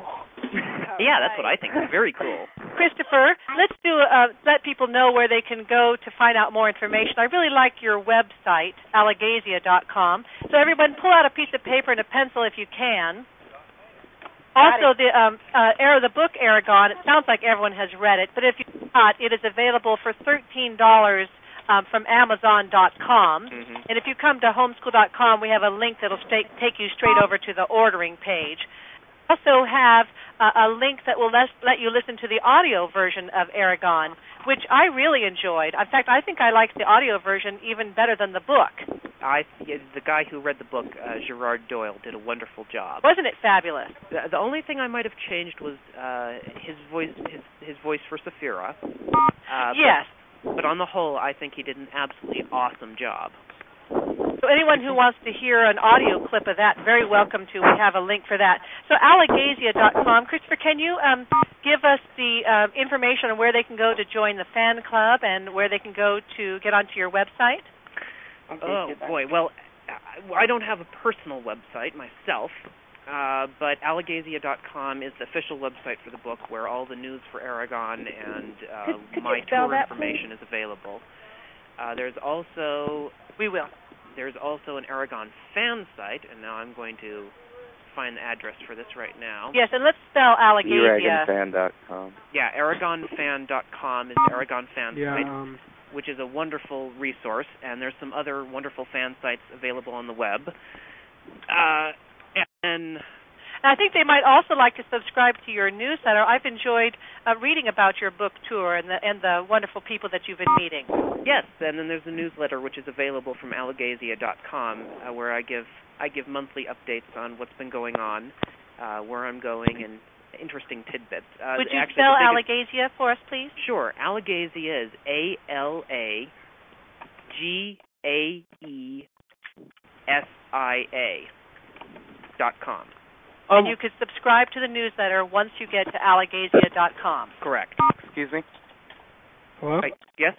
Speaker 3: yeah, that's what I think. It's very cool.
Speaker 1: Christopher, let's do uh, let people know where they can go to find out more information. I really like your website, alagasia.com. So everyone, pull out a piece of paper and a pencil if you can.
Speaker 2: Got
Speaker 1: Also, the um, uh, Ara- the book Aragon. It sounds like everyone has read it, but if you've not, it is available for thirteen dollars um, from Amazon.com.
Speaker 3: Mm-hmm.
Speaker 1: And if you come to homeschool.com, we have a link that'll sta take you straight over to the ordering page. We also have uh, a link that will les- let you listen to the audio version of Aragon, which I really enjoyed. In fact, I think I liked the audio version even better than the book.
Speaker 3: I yeah, the guy who read the book, uh, Gerard Doyle, did a wonderful job.
Speaker 1: Wasn't it fabulous?
Speaker 3: The, the only thing I might have changed was uh, his voice, his his voice for Saphira. Uh, but-
Speaker 1: Yes.
Speaker 3: But on the whole, I think he did an absolutely awesome job.
Speaker 1: So anyone who wants to hear an audio clip of that, very welcome to. We have a link for that. So alagasia.com. Christopher, can you um, give us the um, information on where they can go to join the fan club and where they can go to get onto your website?
Speaker 3: Oh boy, well, I- I don't have a personal website myself, uh, but Allegazia.com is the official website for the book, where all the news for Aragon and uh,
Speaker 15: Could- could you
Speaker 3: my
Speaker 15: spell
Speaker 3: tour
Speaker 15: that,
Speaker 3: information is available. Uh, there's also
Speaker 1: we will.
Speaker 3: There's also an Aragon fan site, and now I'm going to find the address for this right now.
Speaker 1: Yes, and let's spell Alagasia.
Speaker 16: Dragonfan.com.
Speaker 3: Yeah, aragonfan.com is the Aragon fan
Speaker 13: Yeah,
Speaker 3: site,
Speaker 13: um,
Speaker 3: which is a wonderful resource, and there's some other wonderful fan sites available on the web. Uh, and
Speaker 1: And I think they might also like to subscribe to your newsletter. I've enjoyed uh, reading about your book tour and the and the wonderful people that you've been meeting.
Speaker 3: yes, and then there's a newsletter which is available from allegazia.com, uh, where I give I give monthly updates on what's been going on, uh, where I'm going, and interesting tidbits. Uh,
Speaker 1: Would you
Speaker 3: actually,
Speaker 1: spell
Speaker 3: the biggest-
Speaker 1: Alagasia for us, please?
Speaker 3: Sure. Alagazia is A L A G A E S I A dot com. Um,
Speaker 1: and you could subscribe to the newsletter once you get to alagasia.com.
Speaker 3: Correct.
Speaker 16: Excuse me.
Speaker 13: Hello.
Speaker 3: Yes.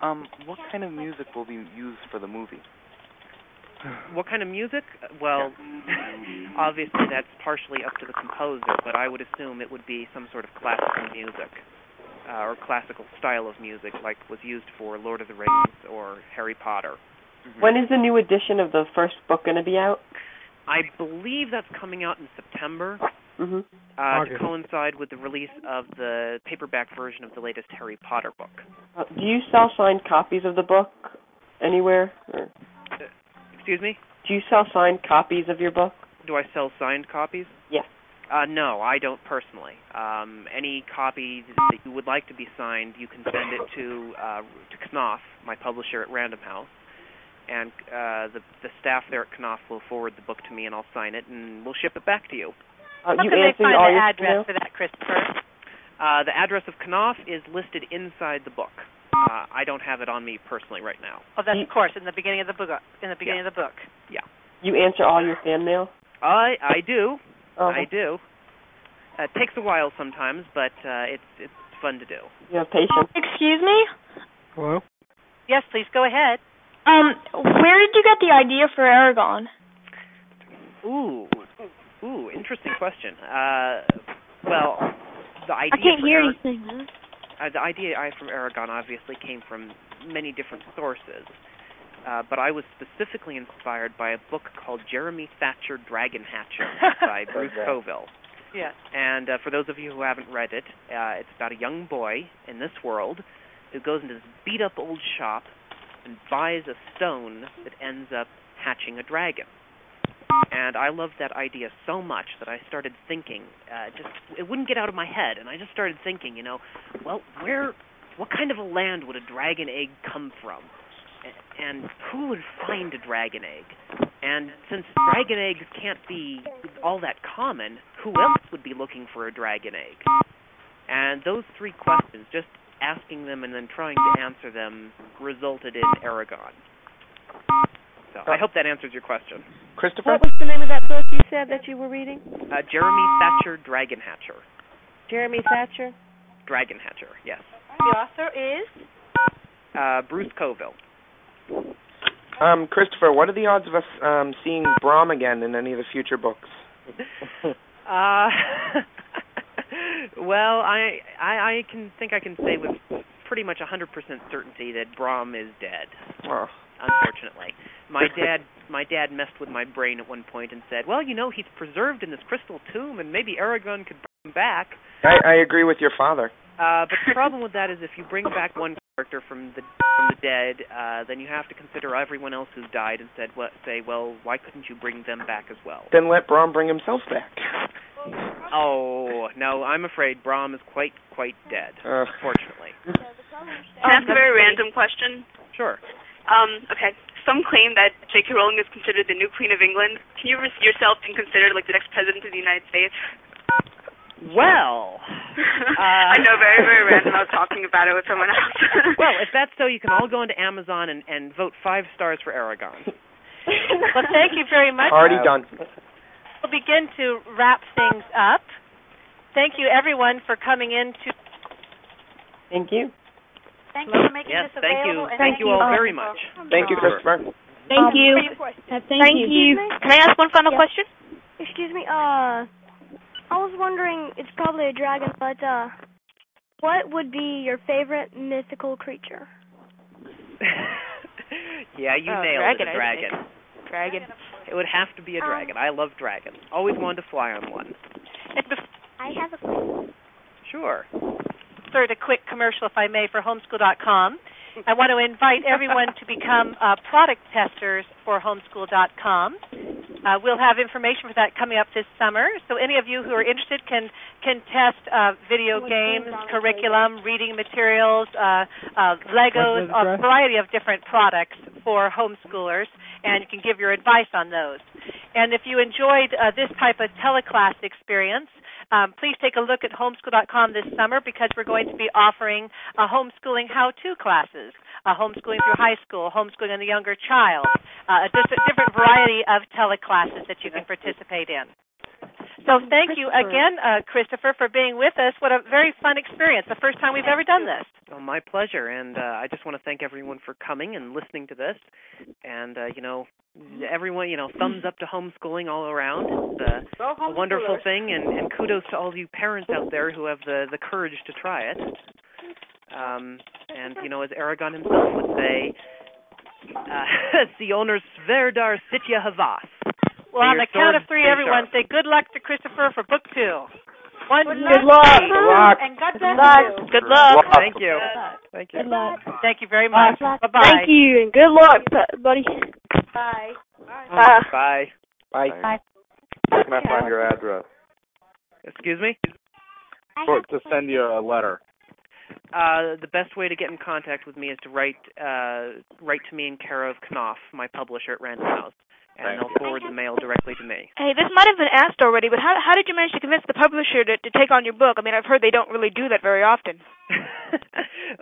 Speaker 16: Um, what kind of music will be used for the movie?
Speaker 3: What kind of music? Well, obviously that's partially up to the composer, but I would assume it would be some sort of classical music uh, or classical style of music, like was used for Lord of the Rings or Harry Potter.
Speaker 8: When is the new edition of the first book going to be out?
Speaker 3: I believe that's coming out in September.
Speaker 8: Mm-hmm.
Speaker 3: uh, to
Speaker 8: August.
Speaker 3: coincide with the release of the paperback version of the latest Harry Potter book.
Speaker 8: Uh, do you sell signed copies of the book anywhere? Or
Speaker 3: Uh, Excuse me?
Speaker 8: do you sell signed copies of your book?
Speaker 3: Do I sell signed copies?
Speaker 8: Yes.
Speaker 3: Uh, no, I don't personally. Um, any copy that you would like to be signed, you can send it to uh, to Knopf, my publisher at Random House, and uh, the the staff there at Knopf will forward the book to me, and I'll sign it, and we'll ship it back to you.
Speaker 8: Uh,
Speaker 1: How
Speaker 8: you
Speaker 1: can they
Speaker 8: answered
Speaker 1: find
Speaker 8: all
Speaker 1: the
Speaker 8: your
Speaker 1: address
Speaker 8: email?
Speaker 1: for that, Christopher?
Speaker 3: Uh, the address of Knopf is listed inside the book. Uh, I don't have it on me personally right now.
Speaker 1: Oh, that's of course in the beginning of the book. In the beginning of the book.
Speaker 3: Yeah.
Speaker 8: You answer all your fan mail.
Speaker 3: I I do.
Speaker 8: Oh.
Speaker 3: I do. Uh, it takes a while sometimes, but uh, it's it's fun to do.
Speaker 8: You have patience.
Speaker 17: Oh, Excuse me?
Speaker 13: Hello.
Speaker 1: Yes, please go ahead.
Speaker 17: Um, where did you get the idea for Aragon?
Speaker 3: Ooh, ooh, interesting question. Uh, well, the idea
Speaker 17: I can't
Speaker 3: for
Speaker 17: hear
Speaker 3: Ara-
Speaker 17: anything. huh?
Speaker 3: uh, the idea I from Aragon obviously came from many different sources, uh, but I was specifically inspired by a book called Jeremy Thatcher Dragon Hatcher by Bruce
Speaker 15: Okay.
Speaker 3: Coville.
Speaker 1: Yes.
Speaker 3: And uh, for those of you who haven't read it, uh, it's about a young boy in this world who goes into this beat up old shop and buys a stone that ends up hatching a dragon. And I loved that idea so much that I started thinking, uh, just it wouldn't get out of my head, and I just started thinking, you know, well, where, what kind of a land would a dragon egg come from, A- and who would find a dragon egg? And since dragon eggs can't be all that common, who else would be looking for a dragon egg? And those three questions, just asking them and then trying to answer them, resulted in Aragon. So I hope that answers your question.
Speaker 13: Christopher.
Speaker 15: What was the name of that book you said that you were reading?
Speaker 3: Uh, Jeremy Thatcher, Dragon Hatcher.
Speaker 15: Jeremy Thatcher.
Speaker 3: Dragon Hatcher, yes.
Speaker 1: The author is.
Speaker 3: Uh, Bruce Coville.
Speaker 13: Um, Christopher, what are the odds of us um seeing Brom again in any of the future books?
Speaker 3: Uh, well, I, I I can think I can say with pretty much 100% certainty that Brom is dead.
Speaker 13: Well,
Speaker 3: Unfortunately, my dad my dad messed with my brain at one point and said, "Well, you know, he's preserved in this crystal tomb, and maybe Aragon could bring him back."
Speaker 13: I, I agree with your father.
Speaker 3: Uh, but the problem with that is if you bring back one character from the from the dead, uh, then you have to consider everyone else who's died and said, well, say, well, why couldn't you bring them back as well?
Speaker 13: Then let Brom bring himself back.
Speaker 3: Oh no, I'm afraid Brom is quite quite dead,
Speaker 13: Ugh.
Speaker 3: unfortunately.
Speaker 9: Can I ask a very random question?
Speaker 3: Sure.
Speaker 9: Um, okay. Some claim that J.K. Rowling is considered the new Queen of England. Can you res- yourself be considered like the next president of the United States?
Speaker 3: Well,
Speaker 9: I know, very, very random. I was talking about it with someone else.
Speaker 3: well, if that's so, you can all go into Amazon and and vote five stars for Aragon.
Speaker 1: well, thank you very much.
Speaker 13: Already done.
Speaker 1: We'll begin to wrap things up. Thank you, everyone, for coming in to
Speaker 8: Thank you.
Speaker 2: Thank you for making
Speaker 3: Yes,
Speaker 2: this
Speaker 3: thank you.
Speaker 2: available. and
Speaker 3: Thank you all very much.
Speaker 13: Thank you, Christopher.
Speaker 18: Um,
Speaker 2: Thank you.
Speaker 6: Uh,
Speaker 5: Thank, you.
Speaker 19: Can I ask one final question?
Speaker 18: Excuse me. Uh, I was wondering. It's probably a dragon, but uh, what would be your favorite mythical creature?
Speaker 3: Yeah, you
Speaker 19: Oh,
Speaker 3: nailed
Speaker 19: dragon,
Speaker 3: it.
Speaker 19: I
Speaker 3: A dragon.
Speaker 19: Dragon. Um,
Speaker 3: It would have to be a dragon. I love dragons. Always wanted to fly on one.
Speaker 18: I have a
Speaker 3: Sure.
Speaker 1: insert a quick commercial, if I may, for homeschool.com. I want to invite everyone to become uh, product testers for homeschool.com. Uh, we'll have information for that coming up this summer. So any of you who are interested can can test uh, video games, curriculum, reading materials, uh, uh, Legos,
Speaker 19: Where's the
Speaker 1: a variety of different products for homeschoolers, and you can give your advice on those. And if you enjoyed uh, this type of teleclass experience, um, please take a look at homeschool.com this summer because we're going to be offering a homeschooling how-to classes, a homeschooling through high school, homeschooling on the younger child, uh, a diff- different variety of teleclasses that you can participate in. So thank you again, uh, Christopher, for being with us. What a very fun experience, the first time we've ever done this.
Speaker 3: Well, my pleasure, and uh, I just want to thank everyone for coming and listening to this. And uh, you know, everyone, you know, thumbs up to homeschooling all around. It's
Speaker 2: Go
Speaker 3: uh, a wonderful
Speaker 2: homeschoolers.
Speaker 3: thing, and, and kudos to all you parents out there who have the the courage to try it. Um, and you know, as Aragon himself would say, uh, "Si honors verdar sitya havas."
Speaker 1: Well, on
Speaker 3: May
Speaker 1: the
Speaker 3: your
Speaker 1: count of
Speaker 3: swords
Speaker 1: three,
Speaker 3: stay
Speaker 1: everyone
Speaker 3: sharp.
Speaker 1: say good luck to Christopher for book two. One,
Speaker 2: Good
Speaker 1: two,
Speaker 2: luck.
Speaker 1: three.
Speaker 2: Good luck. And God bless you.
Speaker 1: Good luck.
Speaker 2: Good luck.
Speaker 1: Thank you.
Speaker 2: Good luck.
Speaker 3: Thank
Speaker 1: you. Good luck. Thank you very much.
Speaker 18: Uh,
Speaker 1: Bye bye.
Speaker 6: Thank you, and good luck, bu- buddy.
Speaker 2: Bye.
Speaker 6: Bye.
Speaker 3: Bye.
Speaker 13: Bye.
Speaker 6: Bye.
Speaker 20: Where can I find your address?
Speaker 3: Excuse me.
Speaker 20: For, to send you a letter.
Speaker 3: Uh, the best way to get in contact with me is to write uh, write to me in care of Knopf, my publisher at Random House, and
Speaker 20: Thank
Speaker 3: they'll
Speaker 20: you.
Speaker 3: forward the mail directly to me.
Speaker 19: Hey, this might have been asked already, but how how did you manage to convince the publisher to, to take on your book? I mean, I've heard they don't really do that very often.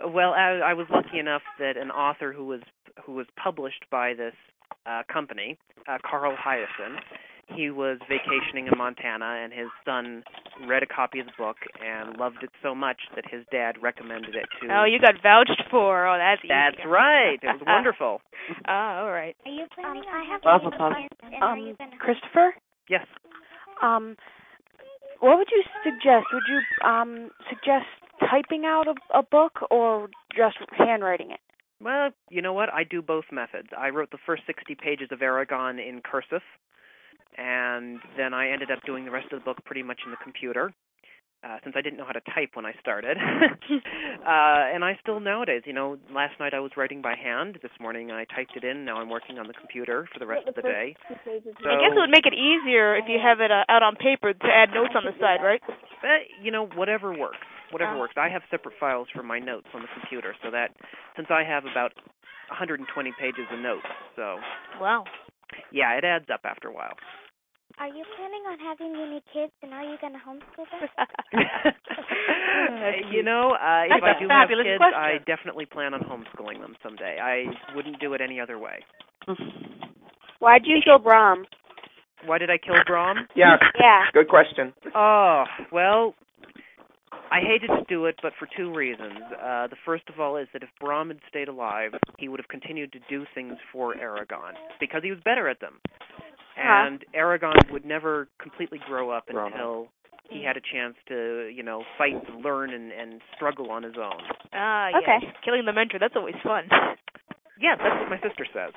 Speaker 3: Well, I, I was lucky enough that an author who was who was published by this uh, company, uh, Carl Hyacin, he was vacationing in Montana, and his son read a copy of the book and loved it so much that his dad recommended it to.
Speaker 19: Oh, you got vouched for. Oh, that's easy.
Speaker 3: That's right. It was wonderful.
Speaker 19: Oh, all right.
Speaker 18: Are you planning on I have
Speaker 3: Love a pun.
Speaker 18: Um,
Speaker 21: Christopher,
Speaker 3: Yes.
Speaker 21: um, what would you suggest? Would you um suggest typing out a, a book or just handwriting it?
Speaker 3: Well, you know what? I do both methods. I wrote the first 60 pages of Aragon in cursive, and then I ended up doing the rest of the book pretty much in the computer. Uh, since I didn't know how to type when I started, uh, and I still nowadays, you know, last night I was writing by hand. This morning I typed it in. Now I'm working on the computer for the rest of the day.
Speaker 19: I guess it would make it easier if you have it uh, out on paper to add notes on the side, right?
Speaker 3: But Uh, you know, whatever works, whatever
Speaker 19: Uh.
Speaker 3: works. I have separate files for my notes on the computer, so that since I have about 120 pages of notes, so
Speaker 19: Wow.
Speaker 3: yeah, it adds up after a while.
Speaker 18: Are you planning on having any kids, and are you going to homeschool
Speaker 3: them? you know, uh, if
Speaker 19: Ah, That's
Speaker 3: I
Speaker 19: a
Speaker 3: do have
Speaker 19: fabulous
Speaker 3: kids,
Speaker 19: question.
Speaker 3: I definitely plan on homeschooling them someday. I wouldn't do it any other way. hmm.
Speaker 21: Why'd you kill Brom?
Speaker 3: Why did I kill Brom?
Speaker 13: Yeah.
Speaker 21: Yeah.
Speaker 13: Good question.
Speaker 3: Oh, well, I hated to do it, but for two reasons. Uh, the first of all is that if Brom had stayed alive, he would have continued to do things for Aragon because he was better at them.
Speaker 19: Huh.
Speaker 3: And Aragon would never completely grow up until he had a chance to, you know, fight, learn, and, and struggle on his own.
Speaker 19: Ah,
Speaker 3: Okay.
Speaker 19: yes. Killing the mentor, that's always fun. Uh,
Speaker 3: Yeah, that's what my sister says.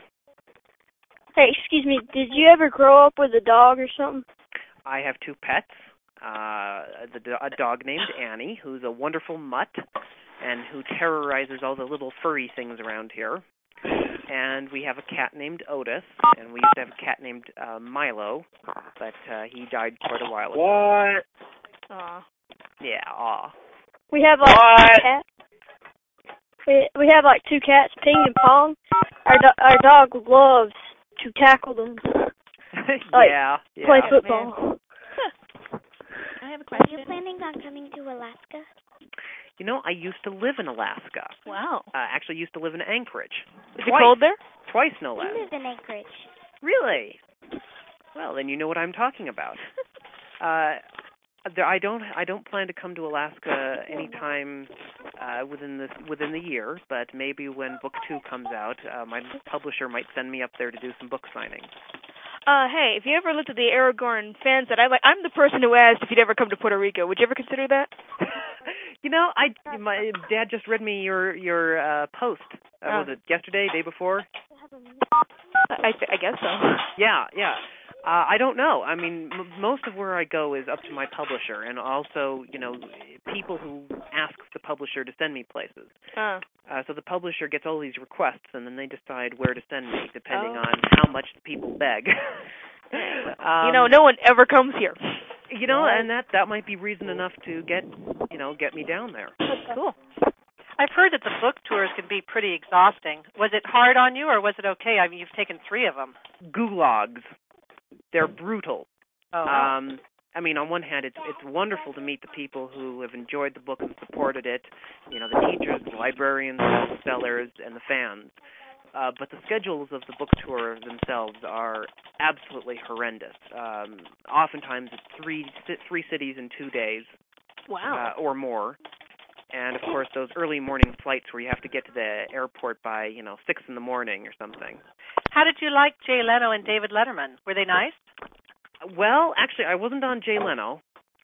Speaker 6: Hey, excuse me. Did you ever grow up with a dog or something?
Speaker 3: I have two pets. Uh, the, do- a dog named Annie, who's a wonderful mutt, and who terrorizes all the little furry things around here. And we have a cat named Otis, and we used to have a cat named uh, Milo, but uh, he died quite a while ago.
Speaker 20: What?
Speaker 19: Aw.
Speaker 3: Yeah, aw.
Speaker 6: We have like
Speaker 20: What?
Speaker 6: two cats. We we have like two cats, Ping and Pong. Our do- our dog loves to tackle them. Like,
Speaker 3: yeah, yeah.
Speaker 6: Play football.
Speaker 18: I have a question. Are you planning on coming to Alaska?
Speaker 3: You know, I used to live in Alaska.
Speaker 19: Wow.
Speaker 3: Uh, actually, used to live in Anchorage.
Speaker 19: Is it
Speaker 3: Twice.
Speaker 19: cold there?
Speaker 3: Twice, no
Speaker 18: We
Speaker 3: less.
Speaker 18: live in Anchorage.
Speaker 4: Really?
Speaker 3: Well, then you know what I'm talking about. uh, there, I don't I don't plan to come to Alaska anytime uh, within this within the year, but maybe when book two comes out, uh, my publisher might send me up there to do some book signings.
Speaker 19: Uh, hey, if you ever looked at the Aragorn fans that I like, I'm the person who asked if you'd ever come to Puerto Rico. Would you ever consider that?
Speaker 3: You know, I my dad just read me your your uh, post. Uh,
Speaker 19: Oh.
Speaker 3: Was it yesterday, day before?
Speaker 19: I, th- I guess so.
Speaker 3: Yeah, yeah. Uh, I don't know. I mean, m- most of where I go is up to my publisher, and also, you know, people who ask the publisher to send me places.
Speaker 19: Uh,
Speaker 3: Uh, so the publisher gets all these requests, and then they decide where to send me depending
Speaker 19: Oh.
Speaker 3: on how much the people beg. um,
Speaker 19: you know, no one ever comes here.
Speaker 3: you know, and that that might be reason enough to get, you know, get me down there.
Speaker 19: Cool.
Speaker 1: I've heard that the book tours can be pretty exhausting. Was it hard on you, or was it okay? I mean, you've taken three of them.
Speaker 3: Gulags, they're brutal.
Speaker 1: Oh.
Speaker 3: Um, I mean, on one hand, it's it's wonderful to meet the people who have enjoyed the book and supported it. You know, the teachers, the librarians, the booksellers, and the fans. Uh, but the schedules of the book tour themselves are absolutely horrendous. Um, oftentimes, it's three ci- three cities in two days uh, or more. And of course, those early morning flights where you have to get to the airport by you know six in the morning or something.
Speaker 1: How did you like Jay Leno and David Letterman? Were they nice?
Speaker 3: Well, actually, I wasn't on Jay Leno,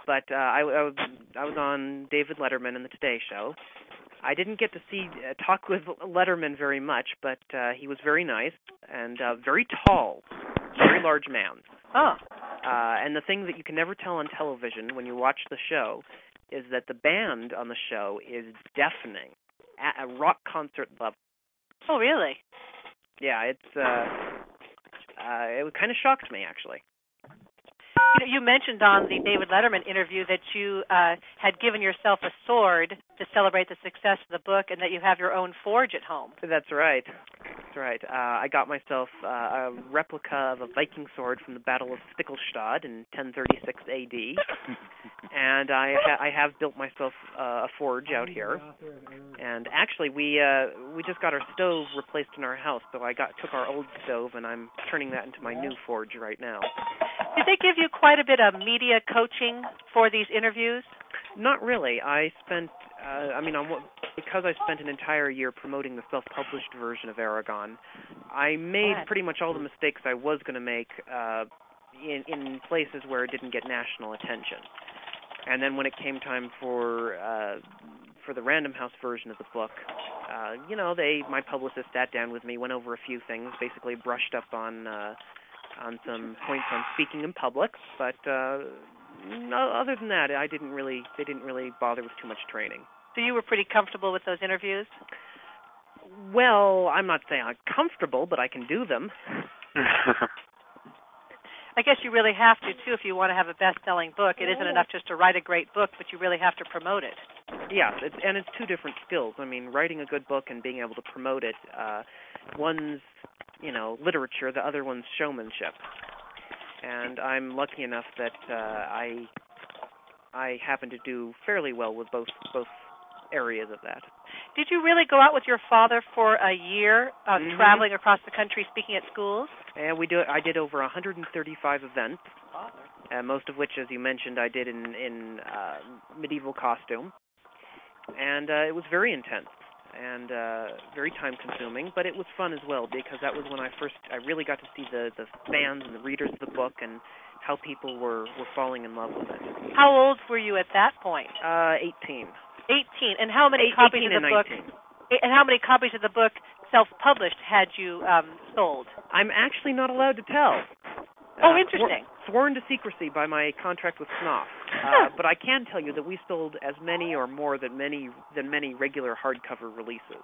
Speaker 3: but uh, I, I was I was on David Letterman and the Today Show. I didn't get to see uh, talk with Letterman very much, but uh, he was very nice and uh, very tall, very large man.
Speaker 1: Oh.
Speaker 3: Uh, and the thing that you can never tell on television when you watch the show is that the band on the show is deafening at a rock concert level.
Speaker 1: Oh, really?
Speaker 3: Yeah, it's uh, uh, it kind of shocked me actually.
Speaker 1: You, know, you mentioned on the David Letterman interview that you uh, had given yourself a sword to celebrate the success of the book, and that you have your own forge at home.
Speaker 3: That's right. That's right. Uh, I got myself uh, a replica of a Viking sword from the Battle of Stickelstad in 1036 AD, and I ha- I have built myself uh, a forge out
Speaker 1: Oh,
Speaker 3: here. And actually, we uh, we just got our stove replaced in our house, so I got took our old stove and I'm turning that into my new forge right now.
Speaker 1: Did they give you quite a bit of media coaching for these interviews?
Speaker 3: Not really. I spent, uh, I mean, on what, because I spent an entire year promoting the self-published version of Aragon, I made
Speaker 1: Right.
Speaker 3: pretty much all the mistakes I was going to make uh, in, in places where it didn't get national attention. And then when it came time for uh, for the Random House version of the book, uh, you know, they my publicist sat down with me, went over a few things, basically brushed up on uh, on some points on speaking in public, but uh, no, other than that, I didn't really they didn't really bother with too much training.
Speaker 1: So you were pretty comfortable with those interviews?
Speaker 3: Well, I'm not saying I'm comfortable, but I can do them.
Speaker 1: I guess you really have to too if you want to have a best-selling book. It isn't
Speaker 3: Yeah.
Speaker 1: enough just to write a great book, but you really have to promote it.
Speaker 3: Yes, it's, and it's two different skills. I mean, writing a good book and being able to promote it, uh, one's you know literature, the other one's showmanship. And I'm lucky enough that uh, I I happen to do fairly well with both both areas of that.
Speaker 1: Did you really go out with your father for a year of
Speaker 3: Mhm.
Speaker 1: traveling across the country speaking at schools?
Speaker 3: And we do. I did over 135 events, uh, most of which, as you mentioned, I did in in uh, medieval costume, and uh, it was very intense and uh, very time consuming, but it was fun as well because that was when I first I really got to see the the fans and the readers of the book and how people were were falling in love with it.
Speaker 1: How old were you at that point?
Speaker 3: Uh, 18.
Speaker 1: 18. And how many
Speaker 3: Eight-
Speaker 1: copies
Speaker 3: 18
Speaker 1: of the
Speaker 3: and
Speaker 1: book?
Speaker 3: 19.
Speaker 1: And how many copies of the book self-published had you um, sold?
Speaker 3: I'm actually not allowed to tell.
Speaker 1: Oh,
Speaker 3: Uh,
Speaker 1: interesting.
Speaker 3: swor- sworn to secrecy by my contract with Snoff, uh, but I can tell you that we sold as many or more than many than many regular hardcover releases.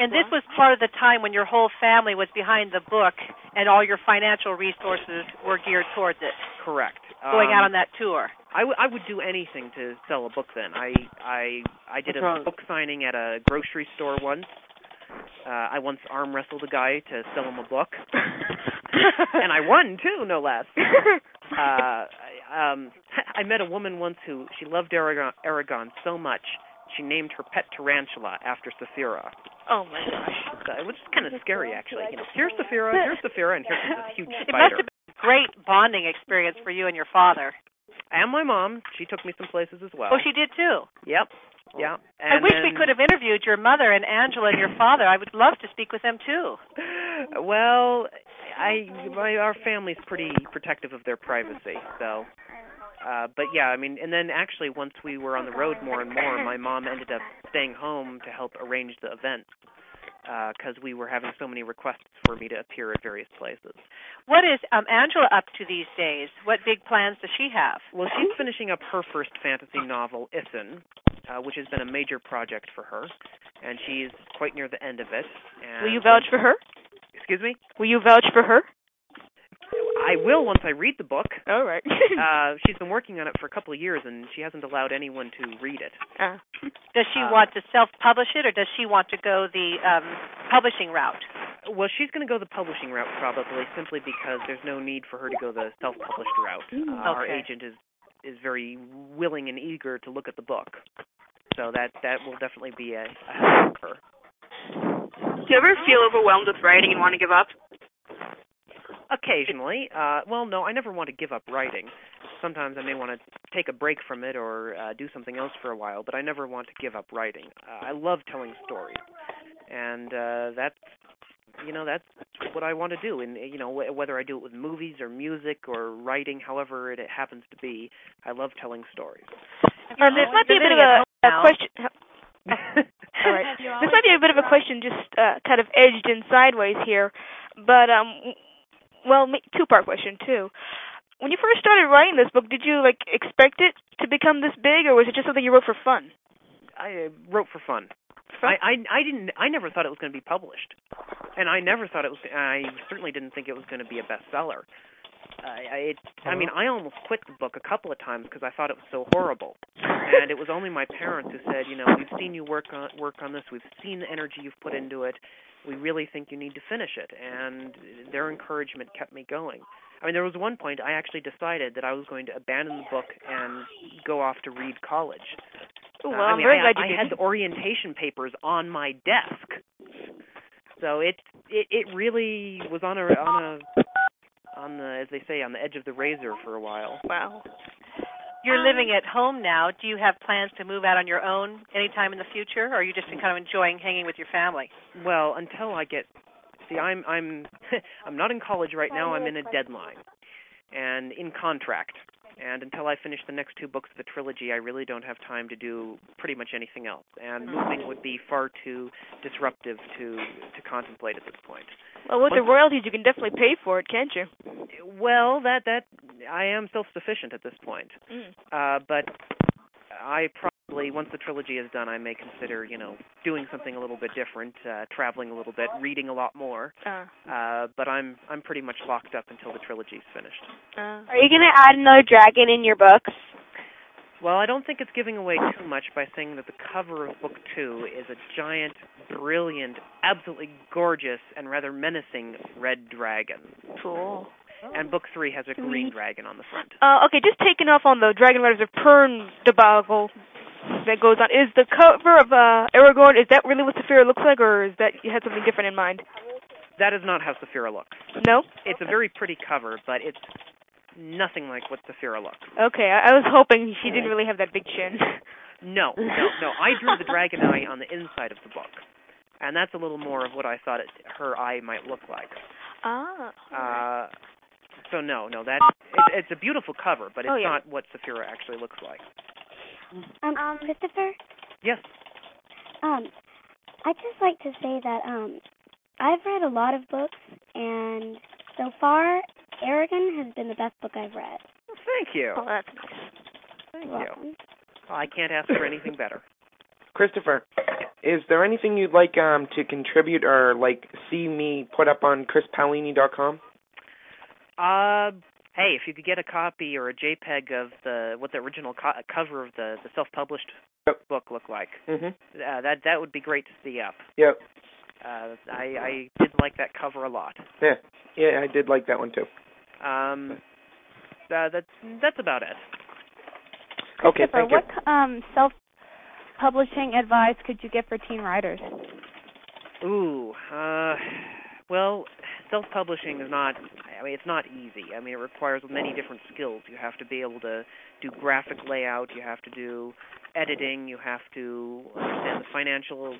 Speaker 1: And this was part of the time when your whole family was behind the book and all your financial resources were geared towards it,
Speaker 3: Correct.
Speaker 1: going out
Speaker 3: Um,
Speaker 1: on that tour.
Speaker 3: I, w- I would do anything to sell a book. Then I I I did
Speaker 1: What's
Speaker 3: a
Speaker 1: wrong?
Speaker 3: book signing at a grocery store once. Uh, I once arm wrestled a guy to sell him a book, and I won too, no less. uh, I, um, I met a woman once who she loved Aragon, Aragon so much she named her pet tarantula after Saphira.
Speaker 19: Oh my gosh.
Speaker 3: So it was kind of scary, actually. You know, here's Saphira, here's Saphira, and here's this huge
Speaker 1: It must
Speaker 3: spider.
Speaker 1: have been a great bonding experience for you and your father.
Speaker 3: And my mom, she took me some places as well.
Speaker 1: Oh, she did too.
Speaker 3: Yep. Yeah.
Speaker 1: I wish we could have interviewed your mother and Angela and your father. I would love to speak with them too.
Speaker 3: have. Well, I my our family's pretty protective of their privacy, so. Uh, but yeah, I mean, and then actually, once we were on the road more and more, my mom ended up staying home to help arrange the events because we were having so many requests for me to appear at various places.
Speaker 1: What is um, Angela up to these days? What big plans does she have?
Speaker 3: Well, she's finishing up her first fantasy novel, Issen, uh, which has been a major project for her, and she's quite near the end of it. And
Speaker 19: Will you vouch for her?
Speaker 3: Excuse me.
Speaker 19: Will you vouch for her?
Speaker 3: I will once I read the book.
Speaker 19: All right.
Speaker 3: uh, she's been working on it for a couple of years, and she hasn't allowed anyone to read it.
Speaker 19: Ah.
Speaker 1: Does she
Speaker 9: Um,
Speaker 3: Uh,
Speaker 1: want to self-publish it, or does she want to go the um, publishing route?
Speaker 3: Well, she's going to go the publishing route probably, simply because there's no need for her to go the self-published route.
Speaker 1: Mm,
Speaker 3: Uh, Our
Speaker 1: okay.
Speaker 3: agent is is very willing and eager to look at the book, so that that will definitely be a, a help for her.
Speaker 9: Do you ever feel overwhelmed with writing and want to give up?
Speaker 3: Occasionally. Uh, well, no, I never want to give up writing. Sometimes I may want to take a break from it or uh, do something else for a while, but I never want to give up writing. Uh, I love telling stories, and uh, that's you know that's what I want to do. And you know wh- whether I do it with movies or music or writing, however it happens to be, I love telling stories.
Speaker 19: Um, this might be a bit of
Speaker 3: Living at
Speaker 19: a,
Speaker 3: home
Speaker 19: a
Speaker 3: now.
Speaker 19: question. All right.
Speaker 3: Have you
Speaker 19: This
Speaker 3: always
Speaker 19: might be a bit of a question, just uh, kind of edged in sideways here, but um, well, two part question too. When you first started writing this book, did you like expect it to become this big, or was it just something you wrote for fun?
Speaker 3: I uh, wrote for fun. I, I I didn't I never thought it was going to be published, and I never thought it was. I certainly didn't think it was going to be a bestseller. I I, it, I mean, I almost quit the book a couple of times because I thought it was so horrible, and it was only my parents who said, you know, we've seen you work on work on this, we've seen the energy you've put into it, we really think you need to finish it, and their encouragement kept me going. I mean, there was one point I actually decided that I was going to abandon the book and go off to read college.
Speaker 19: Oh,
Speaker 3: Uh,
Speaker 19: well,
Speaker 3: I
Speaker 19: I'm
Speaker 3: mean,
Speaker 19: very
Speaker 3: I,
Speaker 19: glad you
Speaker 3: I
Speaker 19: did.
Speaker 3: had the orientation papers on my desk, so it it it really was on a on a on the as they say on the edge of the razor for a while.
Speaker 19: Wow.
Speaker 9: Um,
Speaker 1: You're living at home now. Do you have plans to move out on your own anytime in the future, or are you just kind of enjoying hanging with your family?
Speaker 3: Well, until I get see, I'm I'm I'm not in college right now. I'm in a deadline and in contract. And until I finish the next two books of the trilogy, I really don't have time to do pretty much anything else. And moving would be far too disruptive to to contemplate at this point.
Speaker 19: Well, with the
Speaker 3: Once-
Speaker 19: royalties, you can definitely pay for it, can't you?
Speaker 3: Well, that that I am self-sufficient at this point. Uh, but I probably once the trilogy is done, I may consider you know doing something a little bit different, uh, traveling a little bit, reading a lot more.
Speaker 19: Uh,
Speaker 3: Uh, but I'm I'm pretty much locked up until the trilogy's finished.
Speaker 19: uh.
Speaker 6: Are you gonna add another dragon in your books?
Speaker 3: Well, I don't think it's giving away too much by saying that the cover of book two is a giant, brilliant, absolutely gorgeous, and rather menacing red dragon.
Speaker 19: Cool.
Speaker 3: And book three has a green dragon on the front.
Speaker 19: Uh, okay, just taking off on the Dragon Riders of Pern debacle that goes on. Is the cover of uh, Aragorn, is that really what Saphira looks like, or is that you had something different in mind?
Speaker 3: That is not how Saphira looks.
Speaker 19: No?
Speaker 3: It's a very pretty cover, but it's nothing like what Saphira looks.
Speaker 19: Okay, I, I was hoping she didn't really have that big chin.
Speaker 3: No, no, no. I drew the dragon eye on the inside of the book, and that's a little more of what I thought it, her eye might look like.
Speaker 19: ah.
Speaker 3: Uh, so no, no, that it, it's a beautiful cover, but it's
Speaker 18: Oh, yeah.
Speaker 3: not what Saphira actually looks like.
Speaker 18: Um, um, Christopher.
Speaker 3: Yes.
Speaker 18: Um, I'd just like to say that um, I've read a lot of books, and so far, Aragon has been the best book I've read.
Speaker 3: Thank you.
Speaker 19: Oh, that's nice.
Speaker 3: Thank
Speaker 18: Well,
Speaker 3: you. Well, I can't ask for anything better.
Speaker 13: Christopher, is there anything you'd like um to contribute or like see me put up on chrispalini.com?
Speaker 3: Uh, hey, if you could get a copy or a JPEG of the what the original co- cover of the the self-published book looked like,
Speaker 13: Mhm.
Speaker 3: uh, that that would be great to see up.
Speaker 13: Yep.
Speaker 3: Uh, I I did like that cover a lot.
Speaker 13: Yeah. Yeah, I did like that one too.
Speaker 3: Um, uh, that's that's about it.
Speaker 13: Okay,
Speaker 14: Christopher,
Speaker 13: thank you.
Speaker 14: what um self
Speaker 4: publishing advice could you give for teen writers?
Speaker 3: Ooh, uh, well, self-publishing is not. I mean, it's not easy. I mean, it requires many different skills. You have to be able to do graphic layout. You have to do editing. You have to understand the financial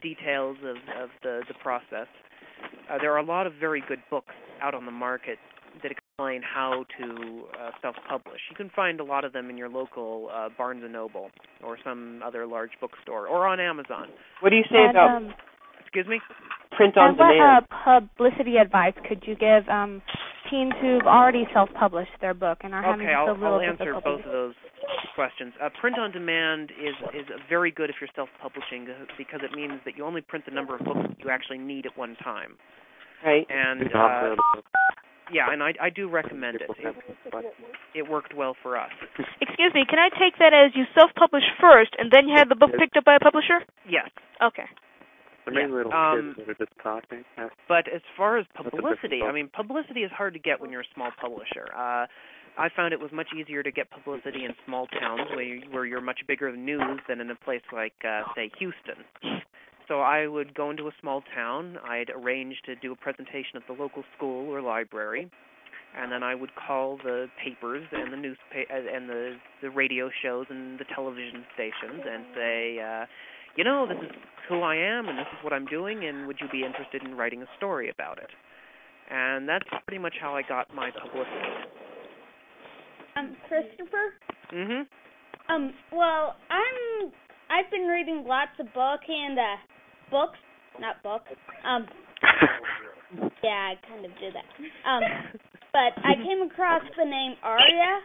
Speaker 3: details of of the the process. Uh, there are a lot of very good books out on the market that explain how to uh, self-publish. You can find a lot of them in your local uh, Barnes and Noble or some other large bookstore or on Amazon.
Speaker 8: What do you say
Speaker 4: And,
Speaker 8: about
Speaker 4: um,
Speaker 3: Excuse me.
Speaker 8: print on
Speaker 4: and what
Speaker 8: demand?
Speaker 4: uh, publicity advice could you give um, teens who've already self-published their book and are having
Speaker 3: Okay, I'll,
Speaker 4: so little
Speaker 3: I'll answer
Speaker 4: difficulty?
Speaker 3: both of those questions. Uh, print on demand is is very good if you're self-publishing because it means that you only print the number of books that you actually need at one time.
Speaker 8: Right.
Speaker 3: And uh, yeah, and I I do recommend it. it. It worked well for us.
Speaker 19: Excuse me, can I take that as you self-publish first and then you had the book picked up by a publisher?
Speaker 3: Yes.
Speaker 19: Okay.
Speaker 20: There may be little
Speaker 3: um,
Speaker 20: kids that are just talking. That's-
Speaker 3: But as far as
Speaker 20: a different
Speaker 3: publicity, I
Speaker 20: book.
Speaker 3: mean, publicity is hard to get when you're a small publisher. Uh, I found it was much easier to get publicity in small towns where you, where you're much bigger news than in a place like, uh, say, Houston. So I would go into a small town. I'd arrange to do a presentation at the local school or library, and then I would call the papers and the newspaper and the the radio shows and the television stations and say, uh, you know, this is who I am and this is what I'm doing, and would you be interested in writing a story about it? And that's pretty much how I got my publicity.
Speaker 22: Um, Christopher.
Speaker 3: Mhm.
Speaker 22: Um, well, I'm I've been reading lots of book and uh books, not book. Um, yeah, I kind of do that. Um, but I
Speaker 3: Mm-hmm.
Speaker 22: came across the name Arya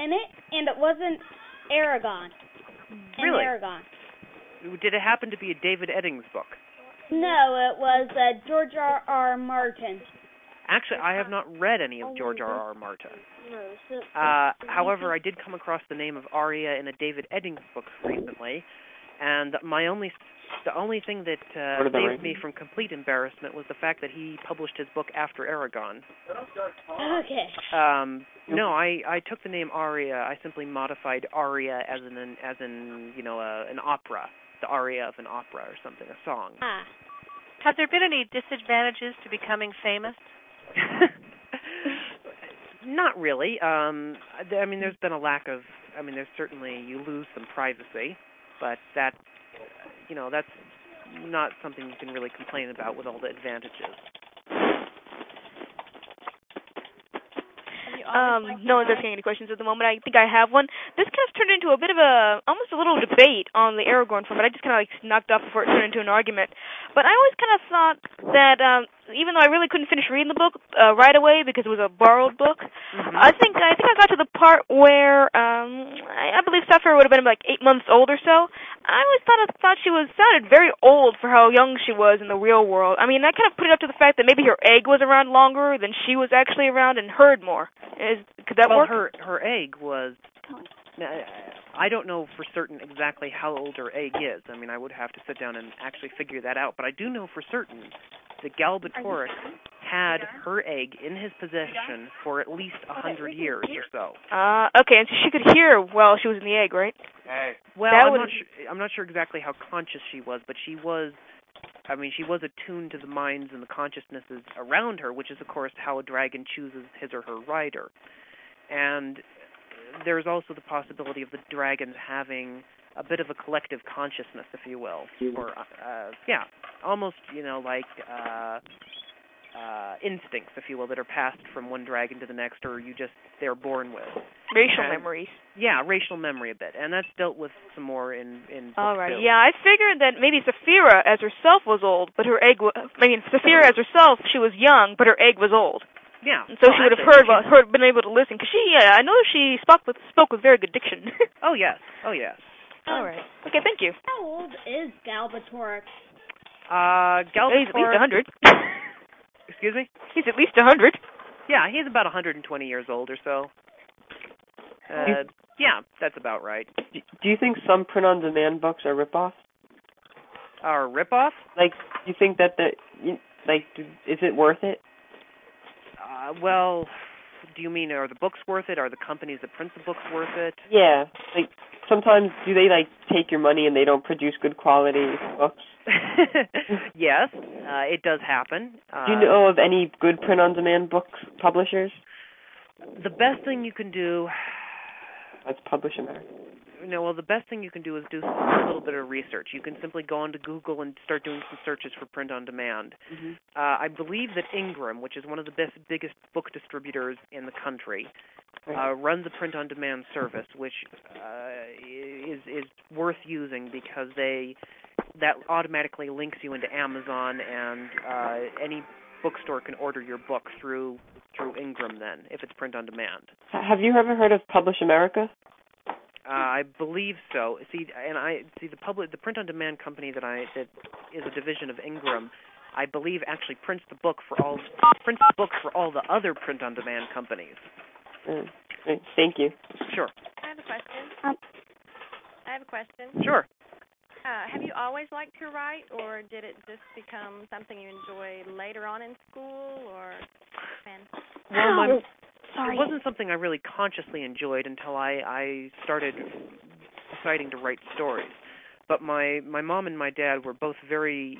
Speaker 22: in it, and it wasn't Aragon. In
Speaker 3: Really?
Speaker 22: Aragon.
Speaker 3: Did it happen to be a David Eddings book?
Speaker 22: No, it was uh, George R. R. Martin.
Speaker 3: Actually, I have not read any of George R. R. Martin.
Speaker 22: No,
Speaker 3: Uh, however, I did come across the name of Arya in a David Eddings book recently, and my only the only thing that uh,
Speaker 20: What about
Speaker 3: saved
Speaker 20: it?
Speaker 3: me from complete embarrassment was the fact that he published his book after Aragon.
Speaker 22: Okay.
Speaker 3: Um, no, I I took the name Aria. I simply modified Aria as in an as in you know a, an opera, the aria of an opera or something, a song.
Speaker 1: Have there been any disadvantages to becoming famous?
Speaker 3: Not really. Um, th- I mean, there's been a lack of. I mean, there's certainly you lose some privacy, but that you know that's not something you can really complain about with all the advantages.
Speaker 19: Um, no one's asking any questions at the moment. I think I have one. This kind of turned into a bit of a almost a little debate on the Aragorn form, but I just kind of like knocked off before it turned into an argument. But I always kind of thought that um, even though I really couldn't finish reading the book uh, right away because it was a borrowed book, I think I think I got to the part where um, I, I believe Sapphire would have been like eight months old or so. I always thought thought she was sounded very old for how young she was in the real world. I mean, I kind of put it up to the fact that maybe her egg was around longer than she was actually around and heard more. Is could that
Speaker 3: well,
Speaker 19: work?
Speaker 3: her her egg was. I don't know for certain exactly how old her egg is. I mean, I would have to sit down and actually figure that out. But I do know for certain that Galbatorix had her egg in his possession for at least a hundred years or so.
Speaker 19: Uh, okay, and so she could hear while she was in the egg, right?
Speaker 3: Well,
Speaker 19: That
Speaker 3: I'm
Speaker 19: would-
Speaker 3: not sure, I'm not sure exactly how conscious she was, but she was. I mean, she was attuned to the minds and the consciousnesses around her, which is, of course, how a dragon chooses his or her rider. And there's also the possibility of the dragons having a bit of a collective consciousness, if you will, or uh, yeah, almost you know like uh, uh, instincts, if you will, that are passed from one dragon to the next, or you just they're born with.
Speaker 19: Racial
Speaker 3: And-
Speaker 19: memories.
Speaker 3: yeah, racial memory a bit, and that's dealt with some more in in.
Speaker 19: All right.
Speaker 3: Book two.
Speaker 19: Yeah, I figured that maybe Saphira as herself was old, but her egg was. I mean, Saphira as herself, she was young, but her egg was old.
Speaker 3: Yeah.
Speaker 19: And so
Speaker 3: Oh,
Speaker 19: she would have
Speaker 3: actually,
Speaker 19: heard, well, heard, been able to listen, because she, yeah, I know she spoke with spoke with very good diction.
Speaker 3: Oh yes. Oh yes.
Speaker 22: Um,
Speaker 19: All right. Okay, thank you.
Speaker 22: How old is Galbatorix?
Speaker 3: Uh, Galbatorix.
Speaker 19: He's at least a hundred.
Speaker 3: Excuse me.
Speaker 19: He's at least a hundred.
Speaker 3: Yeah, he's about 120 years old or so. Uh, yeah, that's about right.
Speaker 8: Do you think some print on demand books are rip-offs?
Speaker 3: Our rip-off?
Speaker 8: Like, do you think that the you, like do, is it worth it?
Speaker 3: Uh, well, do you mean are the books worth it? Are the companies that print the books worth it?
Speaker 8: Yeah, like sometimes do they like take your money and they don't produce good quality books?
Speaker 3: yes, uh, it does happen. Uh,
Speaker 8: do you know of any good print-on-demand book publishers?
Speaker 3: the best thing you can do?
Speaker 8: Let's publish America.
Speaker 3: You know, well, the best thing you can do is do a little bit of research. You can simply go onto Google and start doing some searches for print on demand.
Speaker 8: Mm-hmm.
Speaker 3: Uh, I believe that Ingram, which is one of the best, biggest book distributors in the country, uh, runs a print on demand service, which uh, is is worth using because they that automatically links you into Amazon and uh, any bookstore can order your book through through Ingram then if it's print on demand.
Speaker 8: H- Have you ever heard of Publish America?
Speaker 3: Uh, I believe so. See, and I see the public, the print on demand company that I that is a division of Ingram. I believe actually prints the book for all prints the book for all the other print on demand companies.
Speaker 8: Mm. Great. Thank you.
Speaker 3: Sure.
Speaker 7: I have a question.
Speaker 18: Um,
Speaker 7: I have a question.
Speaker 3: Sure.
Speaker 7: Uh, have you always liked to write, or did it just become something you enjoy later on in school, or when?
Speaker 3: Well, my,
Speaker 18: sorry.
Speaker 3: It wasn't something I really consciously enjoyed until I I started deciding to write stories. But my my mom and my dad were both very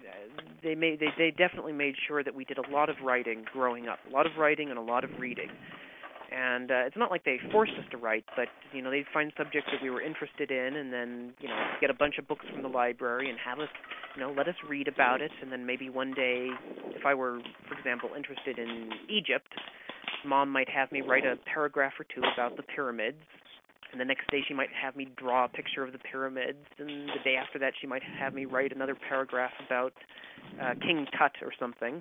Speaker 3: uh, they made they they definitely made sure that we did a lot of writing growing up, a lot of writing and a lot of reading. And uh, it's not like they forced us to write, but you know they'd find subjects that we were interested in, and then you know get a bunch of books from the library and have us you know let us read about it, and then maybe one day, if I were, for example, interested in Egypt, mom might have me write a paragraph or two about the pyramids. And the next day, she might have me draw a picture of the pyramids, and the day after that, she might have me write another paragraph about uh, King Tut or something.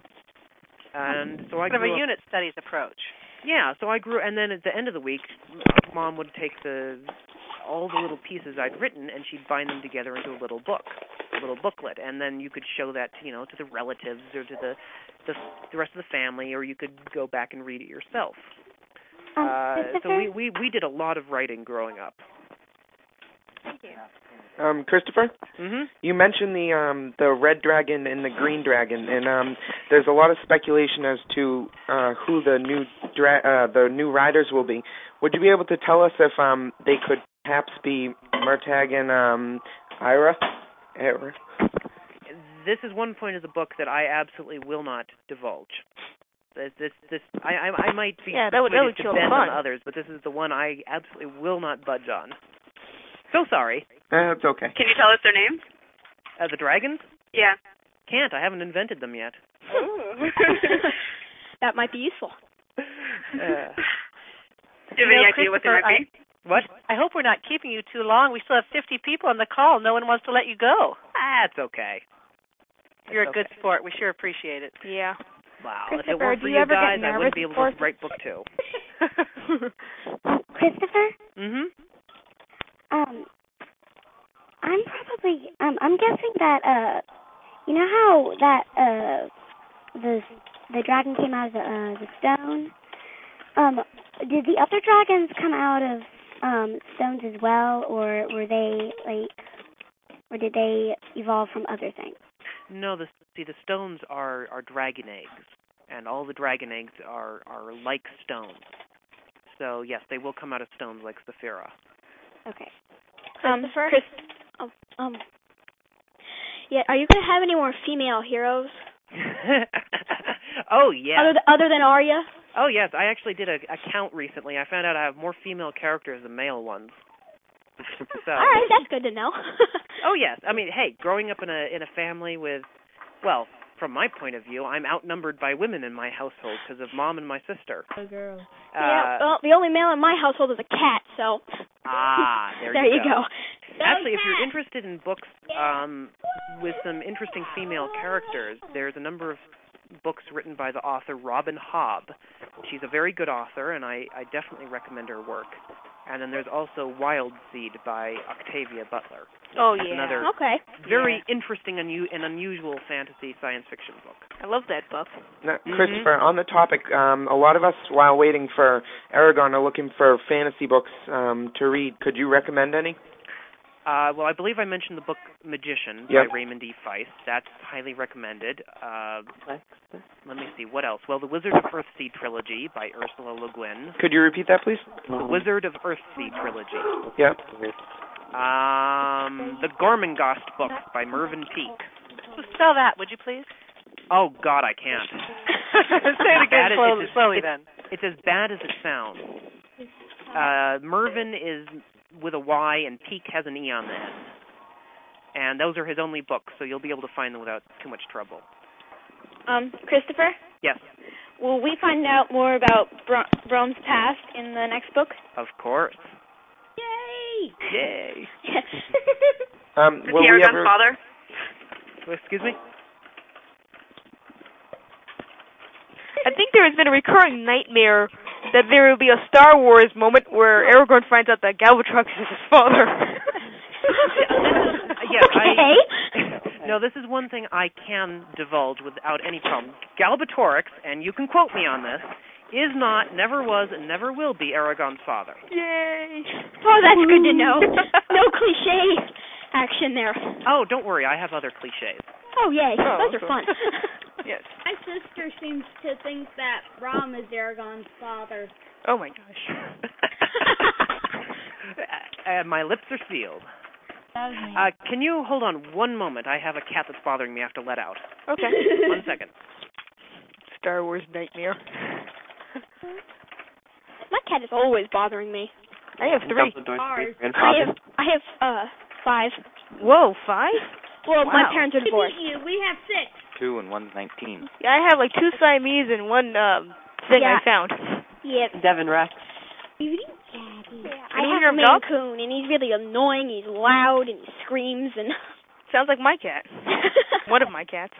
Speaker 3: And so I
Speaker 1: Sort of
Speaker 3: grew
Speaker 1: a
Speaker 3: up-
Speaker 1: unit studies approach.
Speaker 3: yeah, so I grew, and then at the end of the week, mom would take the all the little pieces I'd written, and she'd bind them together into a little book, a little booklet, and then you could show that, you know, to the relatives or to the the, the rest of the family, or you could go back and read it yourself.
Speaker 10: Oh,
Speaker 18: Um,
Speaker 3: Uh, so
Speaker 18: Christopher?
Speaker 3: we, we we did a lot of writing growing up.
Speaker 7: Thank you.
Speaker 13: Um, Christopher,
Speaker 3: Mhm.
Speaker 13: you mentioned the um the red dragon and the green dragon, and um there's a lot of speculation as to uh who the new dra- uh the new riders will be. Would you be able to tell us if um they could perhaps be Murtag and um Ira? Ira.
Speaker 3: This is one point of the book that I absolutely will not divulge. This this, this I, I I might be
Speaker 19: Yeah, that would- that
Speaker 3: persuaded
Speaker 19: would
Speaker 3: to
Speaker 19: kill the
Speaker 3: bend
Speaker 19: fun.
Speaker 3: on others, but this is the one I absolutely will not budge on. So sorry.
Speaker 13: Uh, it's okay.
Speaker 9: Can you tell us their names?
Speaker 3: Uh, the dragons?
Speaker 9: Yeah.
Speaker 3: Can't. I haven't invented them yet.
Speaker 7: that might be useful.
Speaker 3: Uh,
Speaker 9: Do you have
Speaker 1: know,
Speaker 9: any idea what they
Speaker 1: Christopher,
Speaker 9: might be?
Speaker 3: what?
Speaker 1: I hope we're not keeping you too long. We still have 50 people on the call. No one wants to let you go.
Speaker 10: Ah,
Speaker 3: That's okay.
Speaker 1: You're a
Speaker 3: That's
Speaker 1: good sport. We sure appreciate it.
Speaker 19: Yeah.
Speaker 3: Wow. If it
Speaker 1: Christopher,
Speaker 3: weren't
Speaker 1: do
Speaker 3: for
Speaker 1: you
Speaker 3: you
Speaker 1: ever get
Speaker 3: guys, I
Speaker 1: nervous
Speaker 3: wouldn't be able
Speaker 1: before-
Speaker 3: to write book two.
Speaker 18: Christopher,
Speaker 3: mhm.
Speaker 18: um, I'm probably um I'm guessing that uh, you know how that uh the the dragon came out of the uh, the stone. Um, did the other dragons come out of um stones as well, or were they like, or did they evolve from other things?
Speaker 3: No, the see the stones are are dragon eggs, and all the dragon eggs are are like stones. So yes, they will come out of stones like Saphira.
Speaker 18: Okay.
Speaker 11: Um,
Speaker 7: Christopher?
Speaker 11: Chris, oh, um, yeah, are you gonna have any more female heroes
Speaker 3: oh yeah.
Speaker 11: other th- other than Arya?
Speaker 3: oh yes, I actually did a, a count recently. I found out I have more female characters than male ones. so.
Speaker 11: All right, that's good to know.
Speaker 3: Oh yes, I mean, hey, growing up in a in a family with, well, from my point of view, I'm outnumbered by women in my household because of mom and my sister.
Speaker 11: Oh, girl.
Speaker 3: Uh,
Speaker 11: yeah, well, the only male in my household is a cat, so
Speaker 3: ah, there,
Speaker 11: there you go.
Speaker 3: Actually, if you're interested in books um, with some interesting female characters, there's a number of books written by the author Robin Hobb. She's a very good author, and I, I definitely recommend her work. And then there's also Wild Seed by Octavia Butler.
Speaker 19: Oh
Speaker 3: That's
Speaker 19: yeah.
Speaker 3: another
Speaker 11: Okay.
Speaker 3: very interesting and, u- and unusual fantasy science fiction book.
Speaker 19: I love that book.
Speaker 13: Now,
Speaker 3: Mhm.
Speaker 13: Christopher, on the topic, um, a lot of us, while waiting for Aragon, are looking for fantasy books um, to read. Could you recommend any?
Speaker 3: Uh, well, I believe I mentioned the book Magician
Speaker 13: Yep.
Speaker 3: by Raymond E. Feist. That's highly recommended. Uh, let me see, what else? Well, The Wizard of Earthsea Trilogy by Ursula Le Guin.
Speaker 13: Could you repeat that, please?
Speaker 3: The
Speaker 13: Mm-hmm.
Speaker 3: Wizard of Earthsea Trilogy.
Speaker 13: Yep.
Speaker 3: Um, The Gormenghast Book by Mervyn Peake.
Speaker 1: So spell that, would you please?
Speaker 3: Oh, God, I can't.
Speaker 1: Say it again
Speaker 3: That is-
Speaker 1: slowly,
Speaker 3: it's-
Speaker 1: slowly
Speaker 3: it's-
Speaker 1: then.
Speaker 3: It's as bad as it sounds. Uh, Mervyn is with a Y and Peak has an E on the end. And those are his only books, so you'll be able to find them without too much trouble.
Speaker 10: Um, Christopher,
Speaker 3: Yes,
Speaker 10: will we find out more about Br- Brome's past in the next book?
Speaker 3: of course.
Speaker 10: Yay!
Speaker 3: Yay.
Speaker 13: Um, will we ever?
Speaker 9: father?
Speaker 3: Excuse me?
Speaker 19: I think there has been a recurring nightmare that there will be a Star Wars moment where Aragorn finds out that Galvatron is his father.
Speaker 3: Yes,
Speaker 19: Okay.
Speaker 3: I, no, this is one thing I can divulge without any problem. Galbatorix, and you can quote me on this, is not, never was, and never will be Aragon's father.
Speaker 10: Yay! Oh, that's good to know. no cliche action there.
Speaker 3: Oh, don't worry, I have other cliches.
Speaker 10: Oh, yay.
Speaker 3: Oh,
Speaker 10: Those
Speaker 3: okay.
Speaker 10: are fun.
Speaker 19: yes.
Speaker 22: My sister seems to think that Rom is Aragon's father.
Speaker 19: Oh my gosh.
Speaker 3: Uh, my lips are sealed. Uh, can you hold on one moment? I have a cat that's bothering me. I have to let out.
Speaker 19: Okay.
Speaker 3: One second.
Speaker 19: Star Wars nightmare.
Speaker 10: My cat is always bothering me.
Speaker 19: I have three.
Speaker 10: I have I have uh five.
Speaker 19: Whoa, five?
Speaker 10: Well, my
Speaker 19: Wow.
Speaker 10: parents are divorced.
Speaker 22: We have six.
Speaker 16: Two and one's nineteen.
Speaker 19: Yeah, I have like two Siamese and one um thing I
Speaker 16: Yeah.
Speaker 19: found.
Speaker 10: Yep.
Speaker 8: Devin Rex.
Speaker 10: I
Speaker 19: Any
Speaker 10: have
Speaker 19: of your
Speaker 10: a Maine
Speaker 19: dogs?
Speaker 10: Coon, and he's really annoying. He's loud and he screams and
Speaker 19: Sounds like my cat. one of Oh, my cats.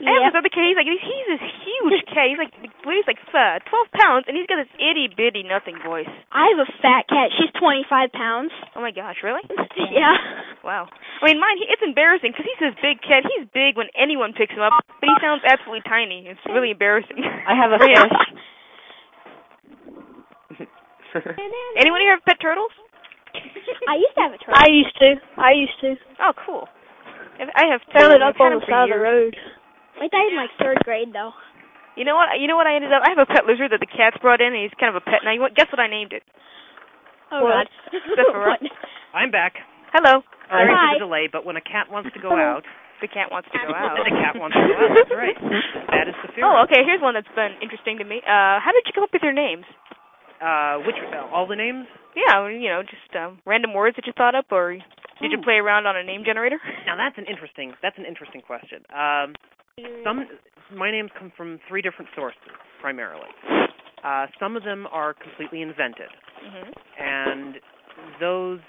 Speaker 19: I
Speaker 10: yeah.
Speaker 19: have this other cat. He's like he's, he's this huge cat. He's like weighs like uh, twelve pounds, and he's got this itty bitty nothing voice.
Speaker 10: I have a fat cat. She's 25 pounds.
Speaker 19: Oh my gosh, really?
Speaker 10: Yeah.
Speaker 19: Wow. I mean, mine. It's embarrassing because he's this big cat. He's big when anyone picks him up, but he sounds absolutely tiny. It's really embarrassing.
Speaker 8: I have a
Speaker 19: Yeah.
Speaker 8: fish.
Speaker 19: Anyone here have pet turtles?
Speaker 10: I used to have a
Speaker 6: I used to. I used to.
Speaker 19: Oh, cool. I have
Speaker 6: Found it
Speaker 19: two.
Speaker 6: up
Speaker 19: I've had
Speaker 6: on
Speaker 19: them
Speaker 6: the
Speaker 19: for
Speaker 6: side of the
Speaker 19: years.
Speaker 6: road.
Speaker 10: I died in like third grade though.
Speaker 19: You know what? You know what? I ended up. I have a pet lizard that the cats brought in, and he's kind of a pet now. You want, guess what I named it?
Speaker 10: Oh
Speaker 19: Well,
Speaker 10: god.
Speaker 19: Sephora.
Speaker 10: What?
Speaker 3: I'm back.
Speaker 19: Hello.
Speaker 3: Sorry
Speaker 19: Hi.
Speaker 3: for the delay, but when a cat wants to go out,
Speaker 19: The cat wants to go out.
Speaker 3: and a cat wants to go out, that's right. That is the theory.
Speaker 19: Oh, okay. Here's one that's been interesting to me. Uh, how did you come up with your names?
Speaker 3: Uh, which all the names?
Speaker 19: Yeah, well, you know, just um, random words that you thought up, or uh, did you
Speaker 3: Ooh.
Speaker 19: play around on a name generator?
Speaker 3: Now that's an interesting that's an interesting question. Um, some my names come from three different sources primarily. Uh, some of them are completely invented,
Speaker 19: Mm-hmm.
Speaker 3: and those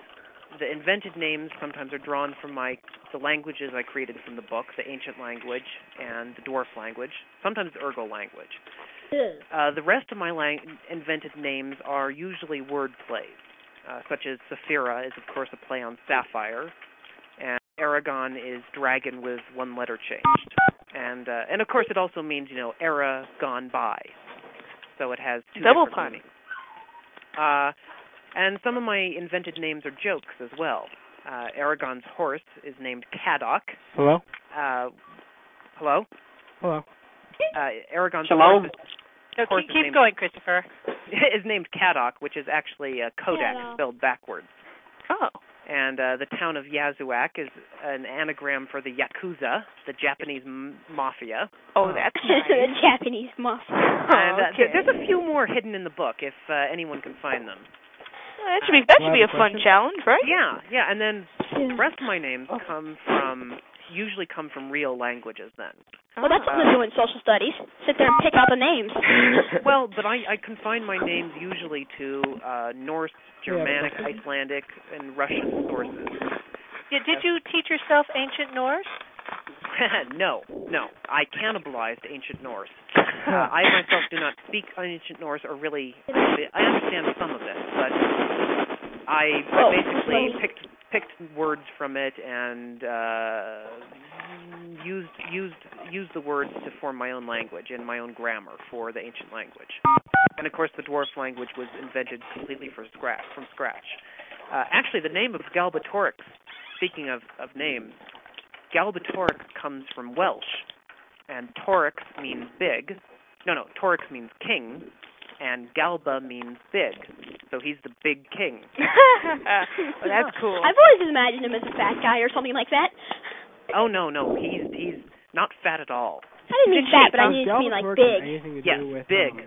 Speaker 3: the invented names sometimes are drawn from my the languages I created from the book, the ancient language and the dwarf language, sometimes the Urgo language. Uh, the rest of my lang- invented names are usually word plays, uh, such as Saphira is, of course, a play on sapphire, and Aragon is dragon with one letter changed, and uh, and of course it also means you know era gone by, so it has two
Speaker 19: Double
Speaker 3: different
Speaker 19: pun.
Speaker 3: meanings. Uh, and some of my invented names are jokes as well. Uh, Aragon's horse is named Cadoc.
Speaker 12: Hello?
Speaker 3: Uh, hello.
Speaker 12: Hello.
Speaker 3: Uh, Aragon's
Speaker 12: Shalom.
Speaker 3: horse is
Speaker 1: No,
Speaker 3: course
Speaker 1: keep,
Speaker 3: his
Speaker 1: keep
Speaker 3: name-
Speaker 1: going, Christopher.
Speaker 3: is named Kadok, which is actually uh, Kodak
Speaker 1: Kadok.
Speaker 3: spelled backwards.
Speaker 19: Oh.
Speaker 3: And uh, the town of Yazuak is an anagram for the Yakuza, the Japanese m- mafia.
Speaker 19: Oh, that's
Speaker 10: the
Speaker 19: nice.
Speaker 10: Japanese muff.
Speaker 3: And
Speaker 11: Oh,
Speaker 3: uh,
Speaker 19: okay.
Speaker 3: there's a few more hidden in the book if uh, anyone can find them.
Speaker 19: Well, that should be that
Speaker 3: Do I
Speaker 19: should be
Speaker 3: have a
Speaker 19: a fun
Speaker 3: question?
Speaker 19: challenge, right? Oh.
Speaker 3: Yeah, yeah. And then the rest of my names come from usually come from real languages. Then. Uh,
Speaker 10: Well, that's what they do in social studies. Sit there and pick out the names.
Speaker 3: well, but I, I confine my names usually to uh, Norse, Germanic, Icelandic, and Russian sources.
Speaker 1: Did, did you teach yourself ancient Norse?
Speaker 3: no, no. I cannibalized ancient Norse. Uh, I myself do not speak ancient Norse, or really, I understand some of it, but I, I
Speaker 23: Oh,
Speaker 3: basically
Speaker 23: well.
Speaker 3: picked picked words from it and uh, used used used the words to form my own language and my own grammar for the ancient language. And of course, the dwarf language was invented completely from scratch. From scratch. Uh, actually, the name of Galbatorix, speaking of, of names, Galbatorix comes from Welsh, and Torix means big. No, no, Torix means king, and Galba means big. So he's the big king.
Speaker 10: well,
Speaker 3: Oh, that's cool.
Speaker 10: I've always imagined him as a fat guy or something like that.
Speaker 3: Oh no, no, he's he's not fat at all.
Speaker 10: I didn't mean fat, but I
Speaker 3: Oh,
Speaker 12: Um,
Speaker 10: needed to
Speaker 12: Galba
Speaker 10: mean like
Speaker 12: Torx
Speaker 10: big.
Speaker 12: has anything to
Speaker 3: Yes,
Speaker 12: do with um,
Speaker 3: big.
Speaker 12: I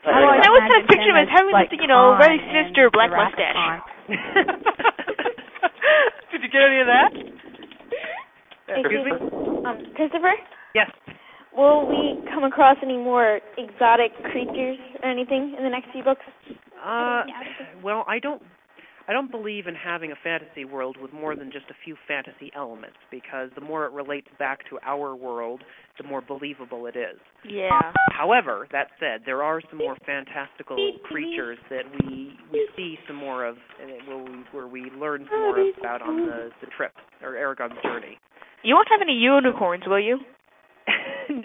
Speaker 19: Oh,
Speaker 12: like
Speaker 19: I always kind of
Speaker 12: imagine
Speaker 19: picture him as
Speaker 12: him as,
Speaker 19: having,
Speaker 12: like,
Speaker 19: you know,
Speaker 12: Khan
Speaker 19: very
Speaker 12: and
Speaker 19: sinister black
Speaker 12: Jurassic
Speaker 19: mustache.
Speaker 12: Khan.
Speaker 19: Did you get any of that?
Speaker 3: Excuse me?
Speaker 11: Um, Christopher?
Speaker 3: Yes.
Speaker 11: Will we come across any more exotic creatures or anything in the next few books?
Speaker 3: Uh, well, I don't, I don't believe in having a fantasy world with more than just a few fantasy elements because the more it relates back to our world, the more believable it is.
Speaker 11: Yeah.
Speaker 3: However, that said, there are some more fantastical creatures that we we see some more of, and it- where we where we learn some more about on the the trip or Aragon's journey.
Speaker 19: You won't have any unicorns, will you?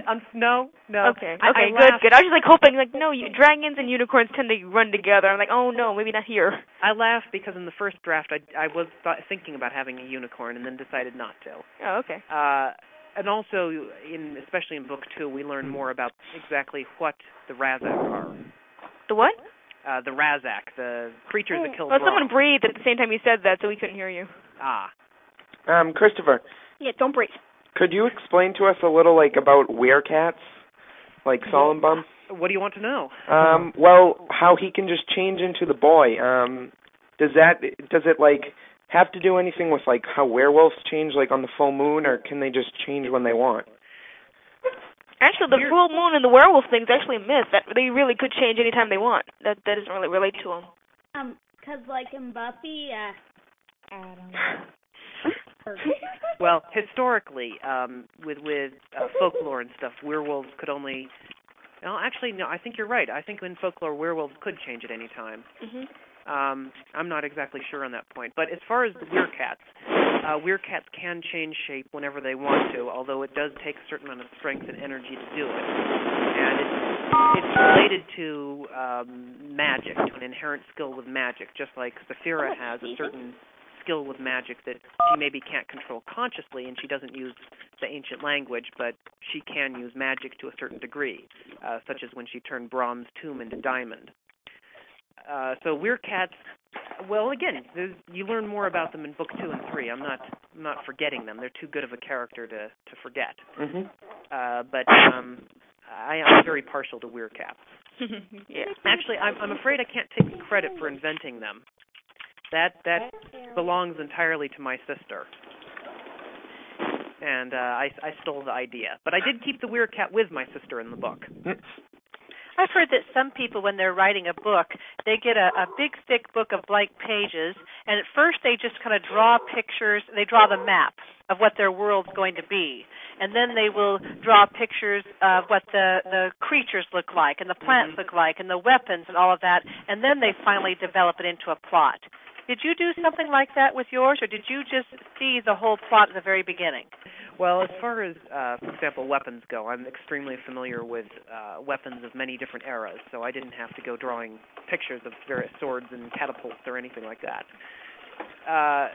Speaker 3: Um, no, no.
Speaker 19: Okay.
Speaker 3: I- I
Speaker 19: okay. good.
Speaker 3: laughed.
Speaker 19: Good. I was just like hoping, like, no, you, dragons and unicorns tend to run together. I'm like, oh no, maybe not here.
Speaker 3: I laugh because in the first draft I I was th- thinking about having a unicorn and then decided not to.
Speaker 19: Oh, okay.
Speaker 3: Uh, and also, in especially in book two, we learn more about exactly what the Razak are.
Speaker 19: The what? Oh,
Speaker 3: Uh, the Razak, the creatures that kill
Speaker 19: Well,
Speaker 3: Bronn.
Speaker 19: someone breathed at the same time you said that, so we couldn't hear you.
Speaker 3: Ah.
Speaker 13: Um, Christopher,
Speaker 10: Yeah, don't breathe.
Speaker 13: could you explain to us a little like about werecats, like Solomon?
Speaker 3: What do you want to know?
Speaker 13: Um, well, how he can just change into the boy. Um, does that does it like have to do anything with like how werewolves change like on the full moon, or can they just change when they want?
Speaker 19: Actually, the full moon and the werewolf thing's actually a myth. That they really could change any time they want. That that doesn't really relate to them.
Speaker 22: Um, 'cause like in Buffy, uh, I don't know.
Speaker 3: Well, historically, um, with with uh, folklore and stuff, werewolves could only. Well, actually, no. I think you're right. I think in folklore, werewolves could change at any time.
Speaker 5: Mm-hmm.
Speaker 19: Mhm.
Speaker 3: Um, I'm not exactly sure on that point, but as far as the werecats, uh, werecats can change shape whenever they want to, although it does take a certain amount of strength and energy to do it. And it's, it's related to um, magic, to an inherent skill with magic, just like Saphira has a certain skill with magic that she maybe can't control consciously, and she doesn't use the ancient language, but she can use magic to a certain degree, uh, such as when she turned bronze tomb into diamond. Uh, so werecats. Well, again, there's, you learn more about them in book two and three. I'm not I'm not forgetting them. They're too good of a character to to forget.
Speaker 8: Mm-hmm.
Speaker 13: Mhm.
Speaker 3: Uh, but um, I am very partial to werecats.
Speaker 19: yeah.
Speaker 3: Actually, I'm, I'm afraid I can't take credit for inventing them. That that belongs entirely to my sister. And uh, I, I stole the idea, but I did keep the werecat with my sister in the book.
Speaker 1: I've heard that some people, when they're writing a book, they get a, a big, thick book of blank pages, and at first they just kind of draw pictures. They draw the map of what their world's going to be, and then they will draw pictures of what the the creatures look like, and the plants look like, and the weapons, and all of that, and then they finally develop it into a plot. Did you do something like that with yours, or did you just see the whole plot at the very beginning?
Speaker 3: Well, as far as, uh, for example, weapons go, I'm extremely familiar with uh, weapons of many different eras, so I didn't have to go drawing pictures of various swords and catapults or anything like that. Uh,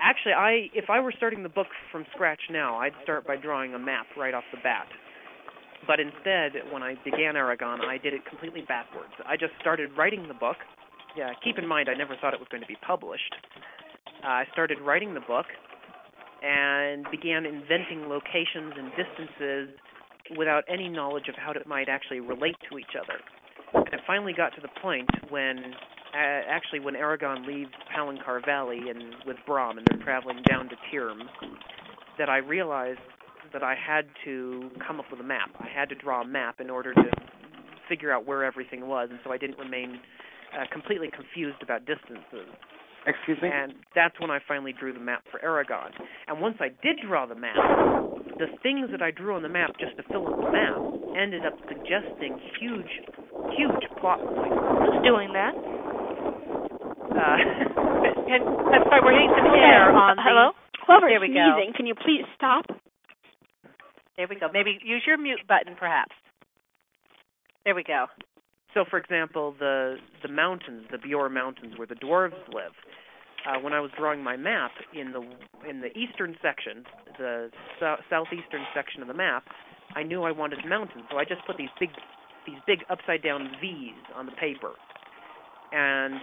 Speaker 3: actually, I if I were starting the book from scratch now, I'd start by drawing a map right off the bat. But instead, when I began Aragon, I did it completely backwards. I just started writing the book. Yeah, keep in mind, I never thought it was going to be published. Uh, I started writing the book and began inventing locations and distances without any knowledge of how it might actually relate to each other. And it finally got to the point when, uh, actually, when Aragon leaves Palancar Valley and with Brahm, and they're traveling down to Tirm, that I realized that I had to come up with a map. I had to draw a map in order to figure out where everything was, and so I didn't remain uh, completely confused about distances.
Speaker 13: Excuse me.
Speaker 3: And that's when I finally drew the map for Aragon. And once I did draw the map, the things that I drew on the map just to fill up the map ended up suggesting huge, huge plot points.
Speaker 19: Who's doing that?
Speaker 3: Uh,
Speaker 1: and I'm sorry, we're getting some air on the.
Speaker 10: Hello? Whoever's
Speaker 1: There we go.
Speaker 10: sneezing, can you please stop?
Speaker 1: There we go. Maybe use your mute button, perhaps. There we go.
Speaker 3: So, for example, the the mountains, the Bjor Mountains, where the dwarves live, uh, when I was drawing my map in the in the eastern section, the sou- southeastern section of the map, I knew I wanted mountains, so I just put these big these big upside down V's on the paper, and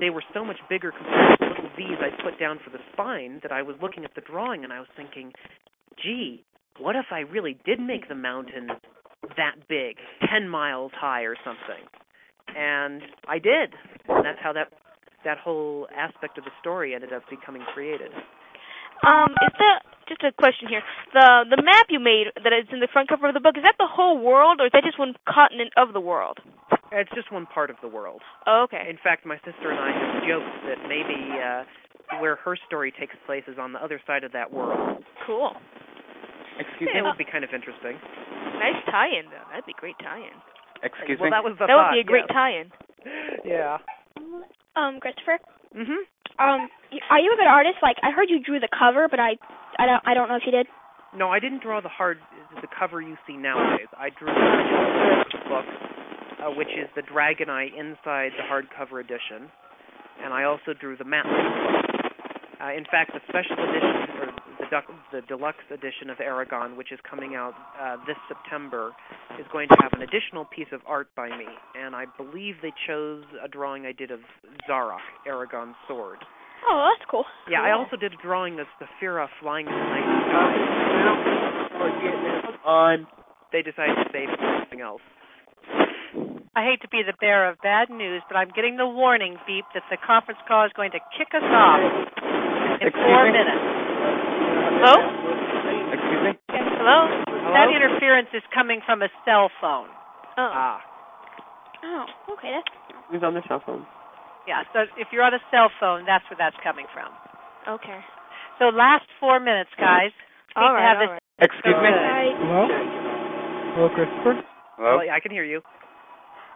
Speaker 3: they were so much bigger compared to the little V's I put down for the spine that I was looking at the drawing and I was thinking, gee, what if I really did make the mountain that big, ten miles high or something? And I did, and that's how that that whole aspect of the story ended up becoming created.
Speaker 19: Um, is that just a question here? The the map you made that is in the front cover of the book is that the whole world or is that just one continent of the world?
Speaker 3: It's just one part of the world.
Speaker 19: Oh, okay.
Speaker 3: In fact, my sister and I have joked that maybe uh, where her story takes place is on the other side of that world.
Speaker 19: Cool.
Speaker 3: Excuse me. It
Speaker 19: Yeah,
Speaker 3: would
Speaker 19: well-
Speaker 3: be kind of interesting.
Speaker 19: Nice tie-in though. That'd be a great tie-in.
Speaker 3: Excuse me?
Speaker 19: well, that was the
Speaker 3: That would
Speaker 19: thought,
Speaker 3: be a great
Speaker 19: yeah. tie-in.
Speaker 3: Yeah.
Speaker 10: Um, Christopher.
Speaker 3: Mhm.
Speaker 10: Um, y- are you a good artist? Like, I heard you drew the cover, but I, I don't, I don't know if you did.
Speaker 3: No, I didn't draw the hard the cover you see nowadays. I drew the book, uh, which is the Dragonite inside the hardcover edition, and I also drew the map. Uh, in fact, the special edition or the, duck- the deluxe edition of Aragon, which is coming out uh, this September, is going to have an additional piece of art by me, and I believe they chose a drawing I did of Zarok, Aragon's sword.
Speaker 10: Oh, that's cool.
Speaker 3: Yeah, I also did a drawing of Saphira flying in the night sky. On. They decided to save it for something else.
Speaker 1: I hate to be the bearer of bad news, but I'm getting the warning beep that the conference call is going to kick us off in four minutes.
Speaker 19: Hello?
Speaker 1: Excuse
Speaker 13: me?
Speaker 19: Hello?
Speaker 1: That interference is coming from a cell phone.
Speaker 19: Oh.
Speaker 10: Oh, okay. That's
Speaker 8: Who's on their cell phone?
Speaker 1: Yeah, so if you're on a cell phone, that's where that's coming from.
Speaker 19: Okay.
Speaker 1: So last four minutes, guys. Seem
Speaker 19: All
Speaker 1: to
Speaker 19: right,
Speaker 1: have
Speaker 19: all
Speaker 1: this
Speaker 19: right.
Speaker 1: Excuse me?
Speaker 16: Hello? Hello, Christopher? Hello?
Speaker 3: Well, I can hear you.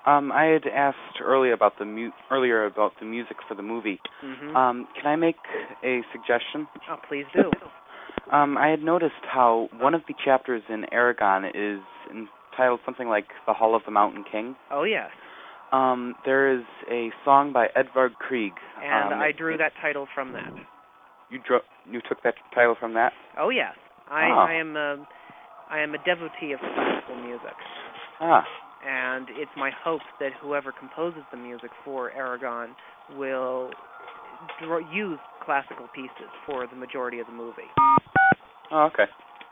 Speaker 16: Um, I had asked earlier about the mu- earlier about the music for the movie.
Speaker 3: Mm-hmm.
Speaker 16: Um, can I make a suggestion?
Speaker 3: oh, please do.
Speaker 16: Um, I had noticed how one of the chapters in Aragon is entitled something like "The Hall of the Mountain King."
Speaker 3: Oh, yes.
Speaker 16: Um, there is a song by Edvard Krieg.
Speaker 3: And
Speaker 16: um,
Speaker 3: I drew that title from that.
Speaker 16: You drew, you took that title from that.
Speaker 3: Oh, yes. I,
Speaker 16: Oh.
Speaker 3: I am a, I am a devotee of classical music,
Speaker 16: Ah,
Speaker 3: and it's my hope that whoever composes the music for Aragon will draw, use classical pieces for the majority of the movie.
Speaker 16: oh, okay.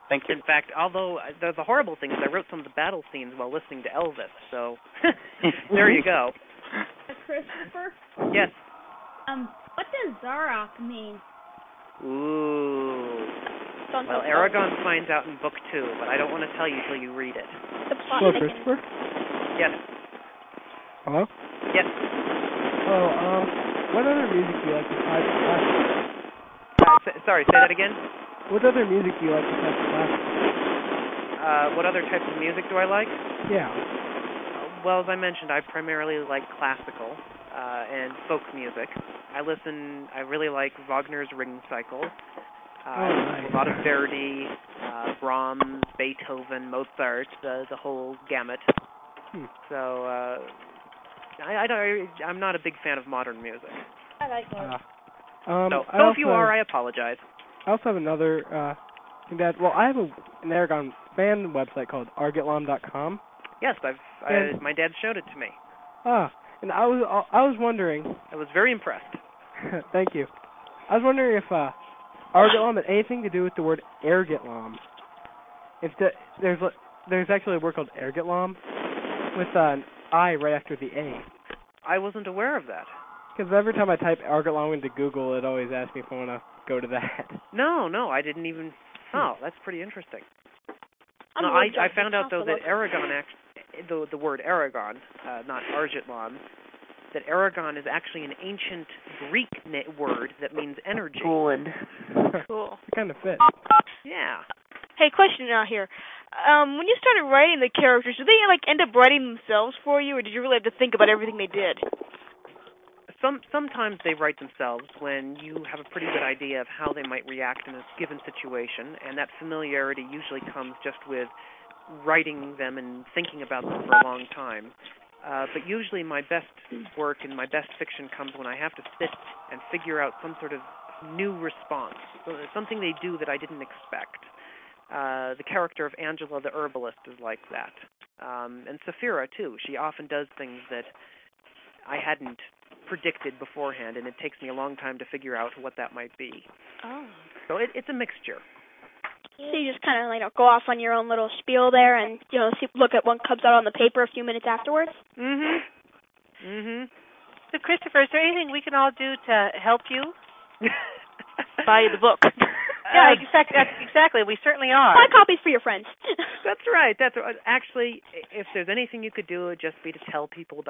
Speaker 16: Thank you.
Speaker 3: In fact, although uh, the, the horrible thing is, I wrote some of the battle scenes while listening to Elvis. So there you go.
Speaker 22: Christopher,
Speaker 3: Yes.
Speaker 22: um, what does Zarok mean?
Speaker 3: Ooh.
Speaker 22: Dun,
Speaker 3: Well,
Speaker 22: dun,
Speaker 3: Aragon finds out in book two, but I don't want to tell you till you read it.
Speaker 10: the plot.
Speaker 12: Hello,
Speaker 10: they can-
Speaker 12: Christopher.
Speaker 3: Yes.
Speaker 12: Hello.
Speaker 3: Yes.
Speaker 12: Oh, um, what other music do you like besides classical?
Speaker 3: Uh, s- sorry, say that again.
Speaker 12: What other music do you like besides classical?
Speaker 3: Uh, what other types of music do I like?
Speaker 12: Yeah.
Speaker 3: Well, as I mentioned, I primarily like classical uh, and folk music. I listen. I really like Wagner's Ring Cycle. Uh,
Speaker 12: Oh, nice.
Speaker 3: A lot of Verdi, uh, Brahms, Beethoven, Mozart, the the whole gamut.
Speaker 12: Hmm.
Speaker 3: So uh, I, I don't. I'm not a big fan of modern music.
Speaker 22: I like it.
Speaker 12: Um,
Speaker 3: so,
Speaker 12: I
Speaker 3: so if you
Speaker 12: also-
Speaker 3: are, I apologize.
Speaker 12: I also have another uh, thing that. Well, I have a, an Aragon fan website called argetlam.com.
Speaker 3: Yes, I've. I,
Speaker 12: And-
Speaker 3: my dad showed it to me.
Speaker 12: Ah, and I was I was wondering.
Speaker 3: I was very impressed.
Speaker 12: thank you. I was wondering if uh, argetlam had anything to do with the word ergetlam. If the, there's a- there's actually a word called ergetlam with uh, an I right after the A.
Speaker 3: I wasn't aware of that.
Speaker 12: Because every time I type argetlam into Google, it always asks me if I want to go to that.
Speaker 3: No, no, I didn't even. Oh, that's pretty interesting.
Speaker 12: I'm
Speaker 3: no,
Speaker 12: really
Speaker 3: I I
Speaker 12: just
Speaker 3: found out though that
Speaker 12: responsible.
Speaker 3: Aragon, act- the the word Aragon, uh, not Argitlan, that Aragon is actually an ancient Greek na- word that means energy.
Speaker 19: Cool.
Speaker 12: It kind of fits.
Speaker 3: Yeah.
Speaker 19: Hey, question out here. Um, when you started writing the characters, did they like end up writing themselves for you, or did you really have to think about everything they did?
Speaker 3: Some sometimes they write themselves when you have a pretty good idea of how they might react in a given situation, and that familiarity usually comes just with writing them and thinking about them for a long time. Uh, but usually my best work and my best fiction comes when I have to sit and figure out some sort of new response, so there's something they do that I didn't expect. Uh, the character of Angela the herbalist is like that, um, and Saphira too. She often does things that I hadn't predicted beforehand, and it takes me a long time to figure out what that might be.
Speaker 11: Oh.
Speaker 3: So it, it's a mixture.
Speaker 11: So you just kind of like you know, go off on your own little spiel there, and you know see, look at what comes out on the paper a few minutes afterwards.
Speaker 3: Mhm. Mhm.
Speaker 1: Mm-hmm. So Christopher, is there anything we can all do to help you?
Speaker 11: Buy the book.
Speaker 1: Yeah,
Speaker 3: Um,
Speaker 1: exactly. Exactly. We certainly are.
Speaker 11: Buy copies for your friends.
Speaker 3: That's right. That's right. actually, i- if there's anything you could do, it would just be to tell people about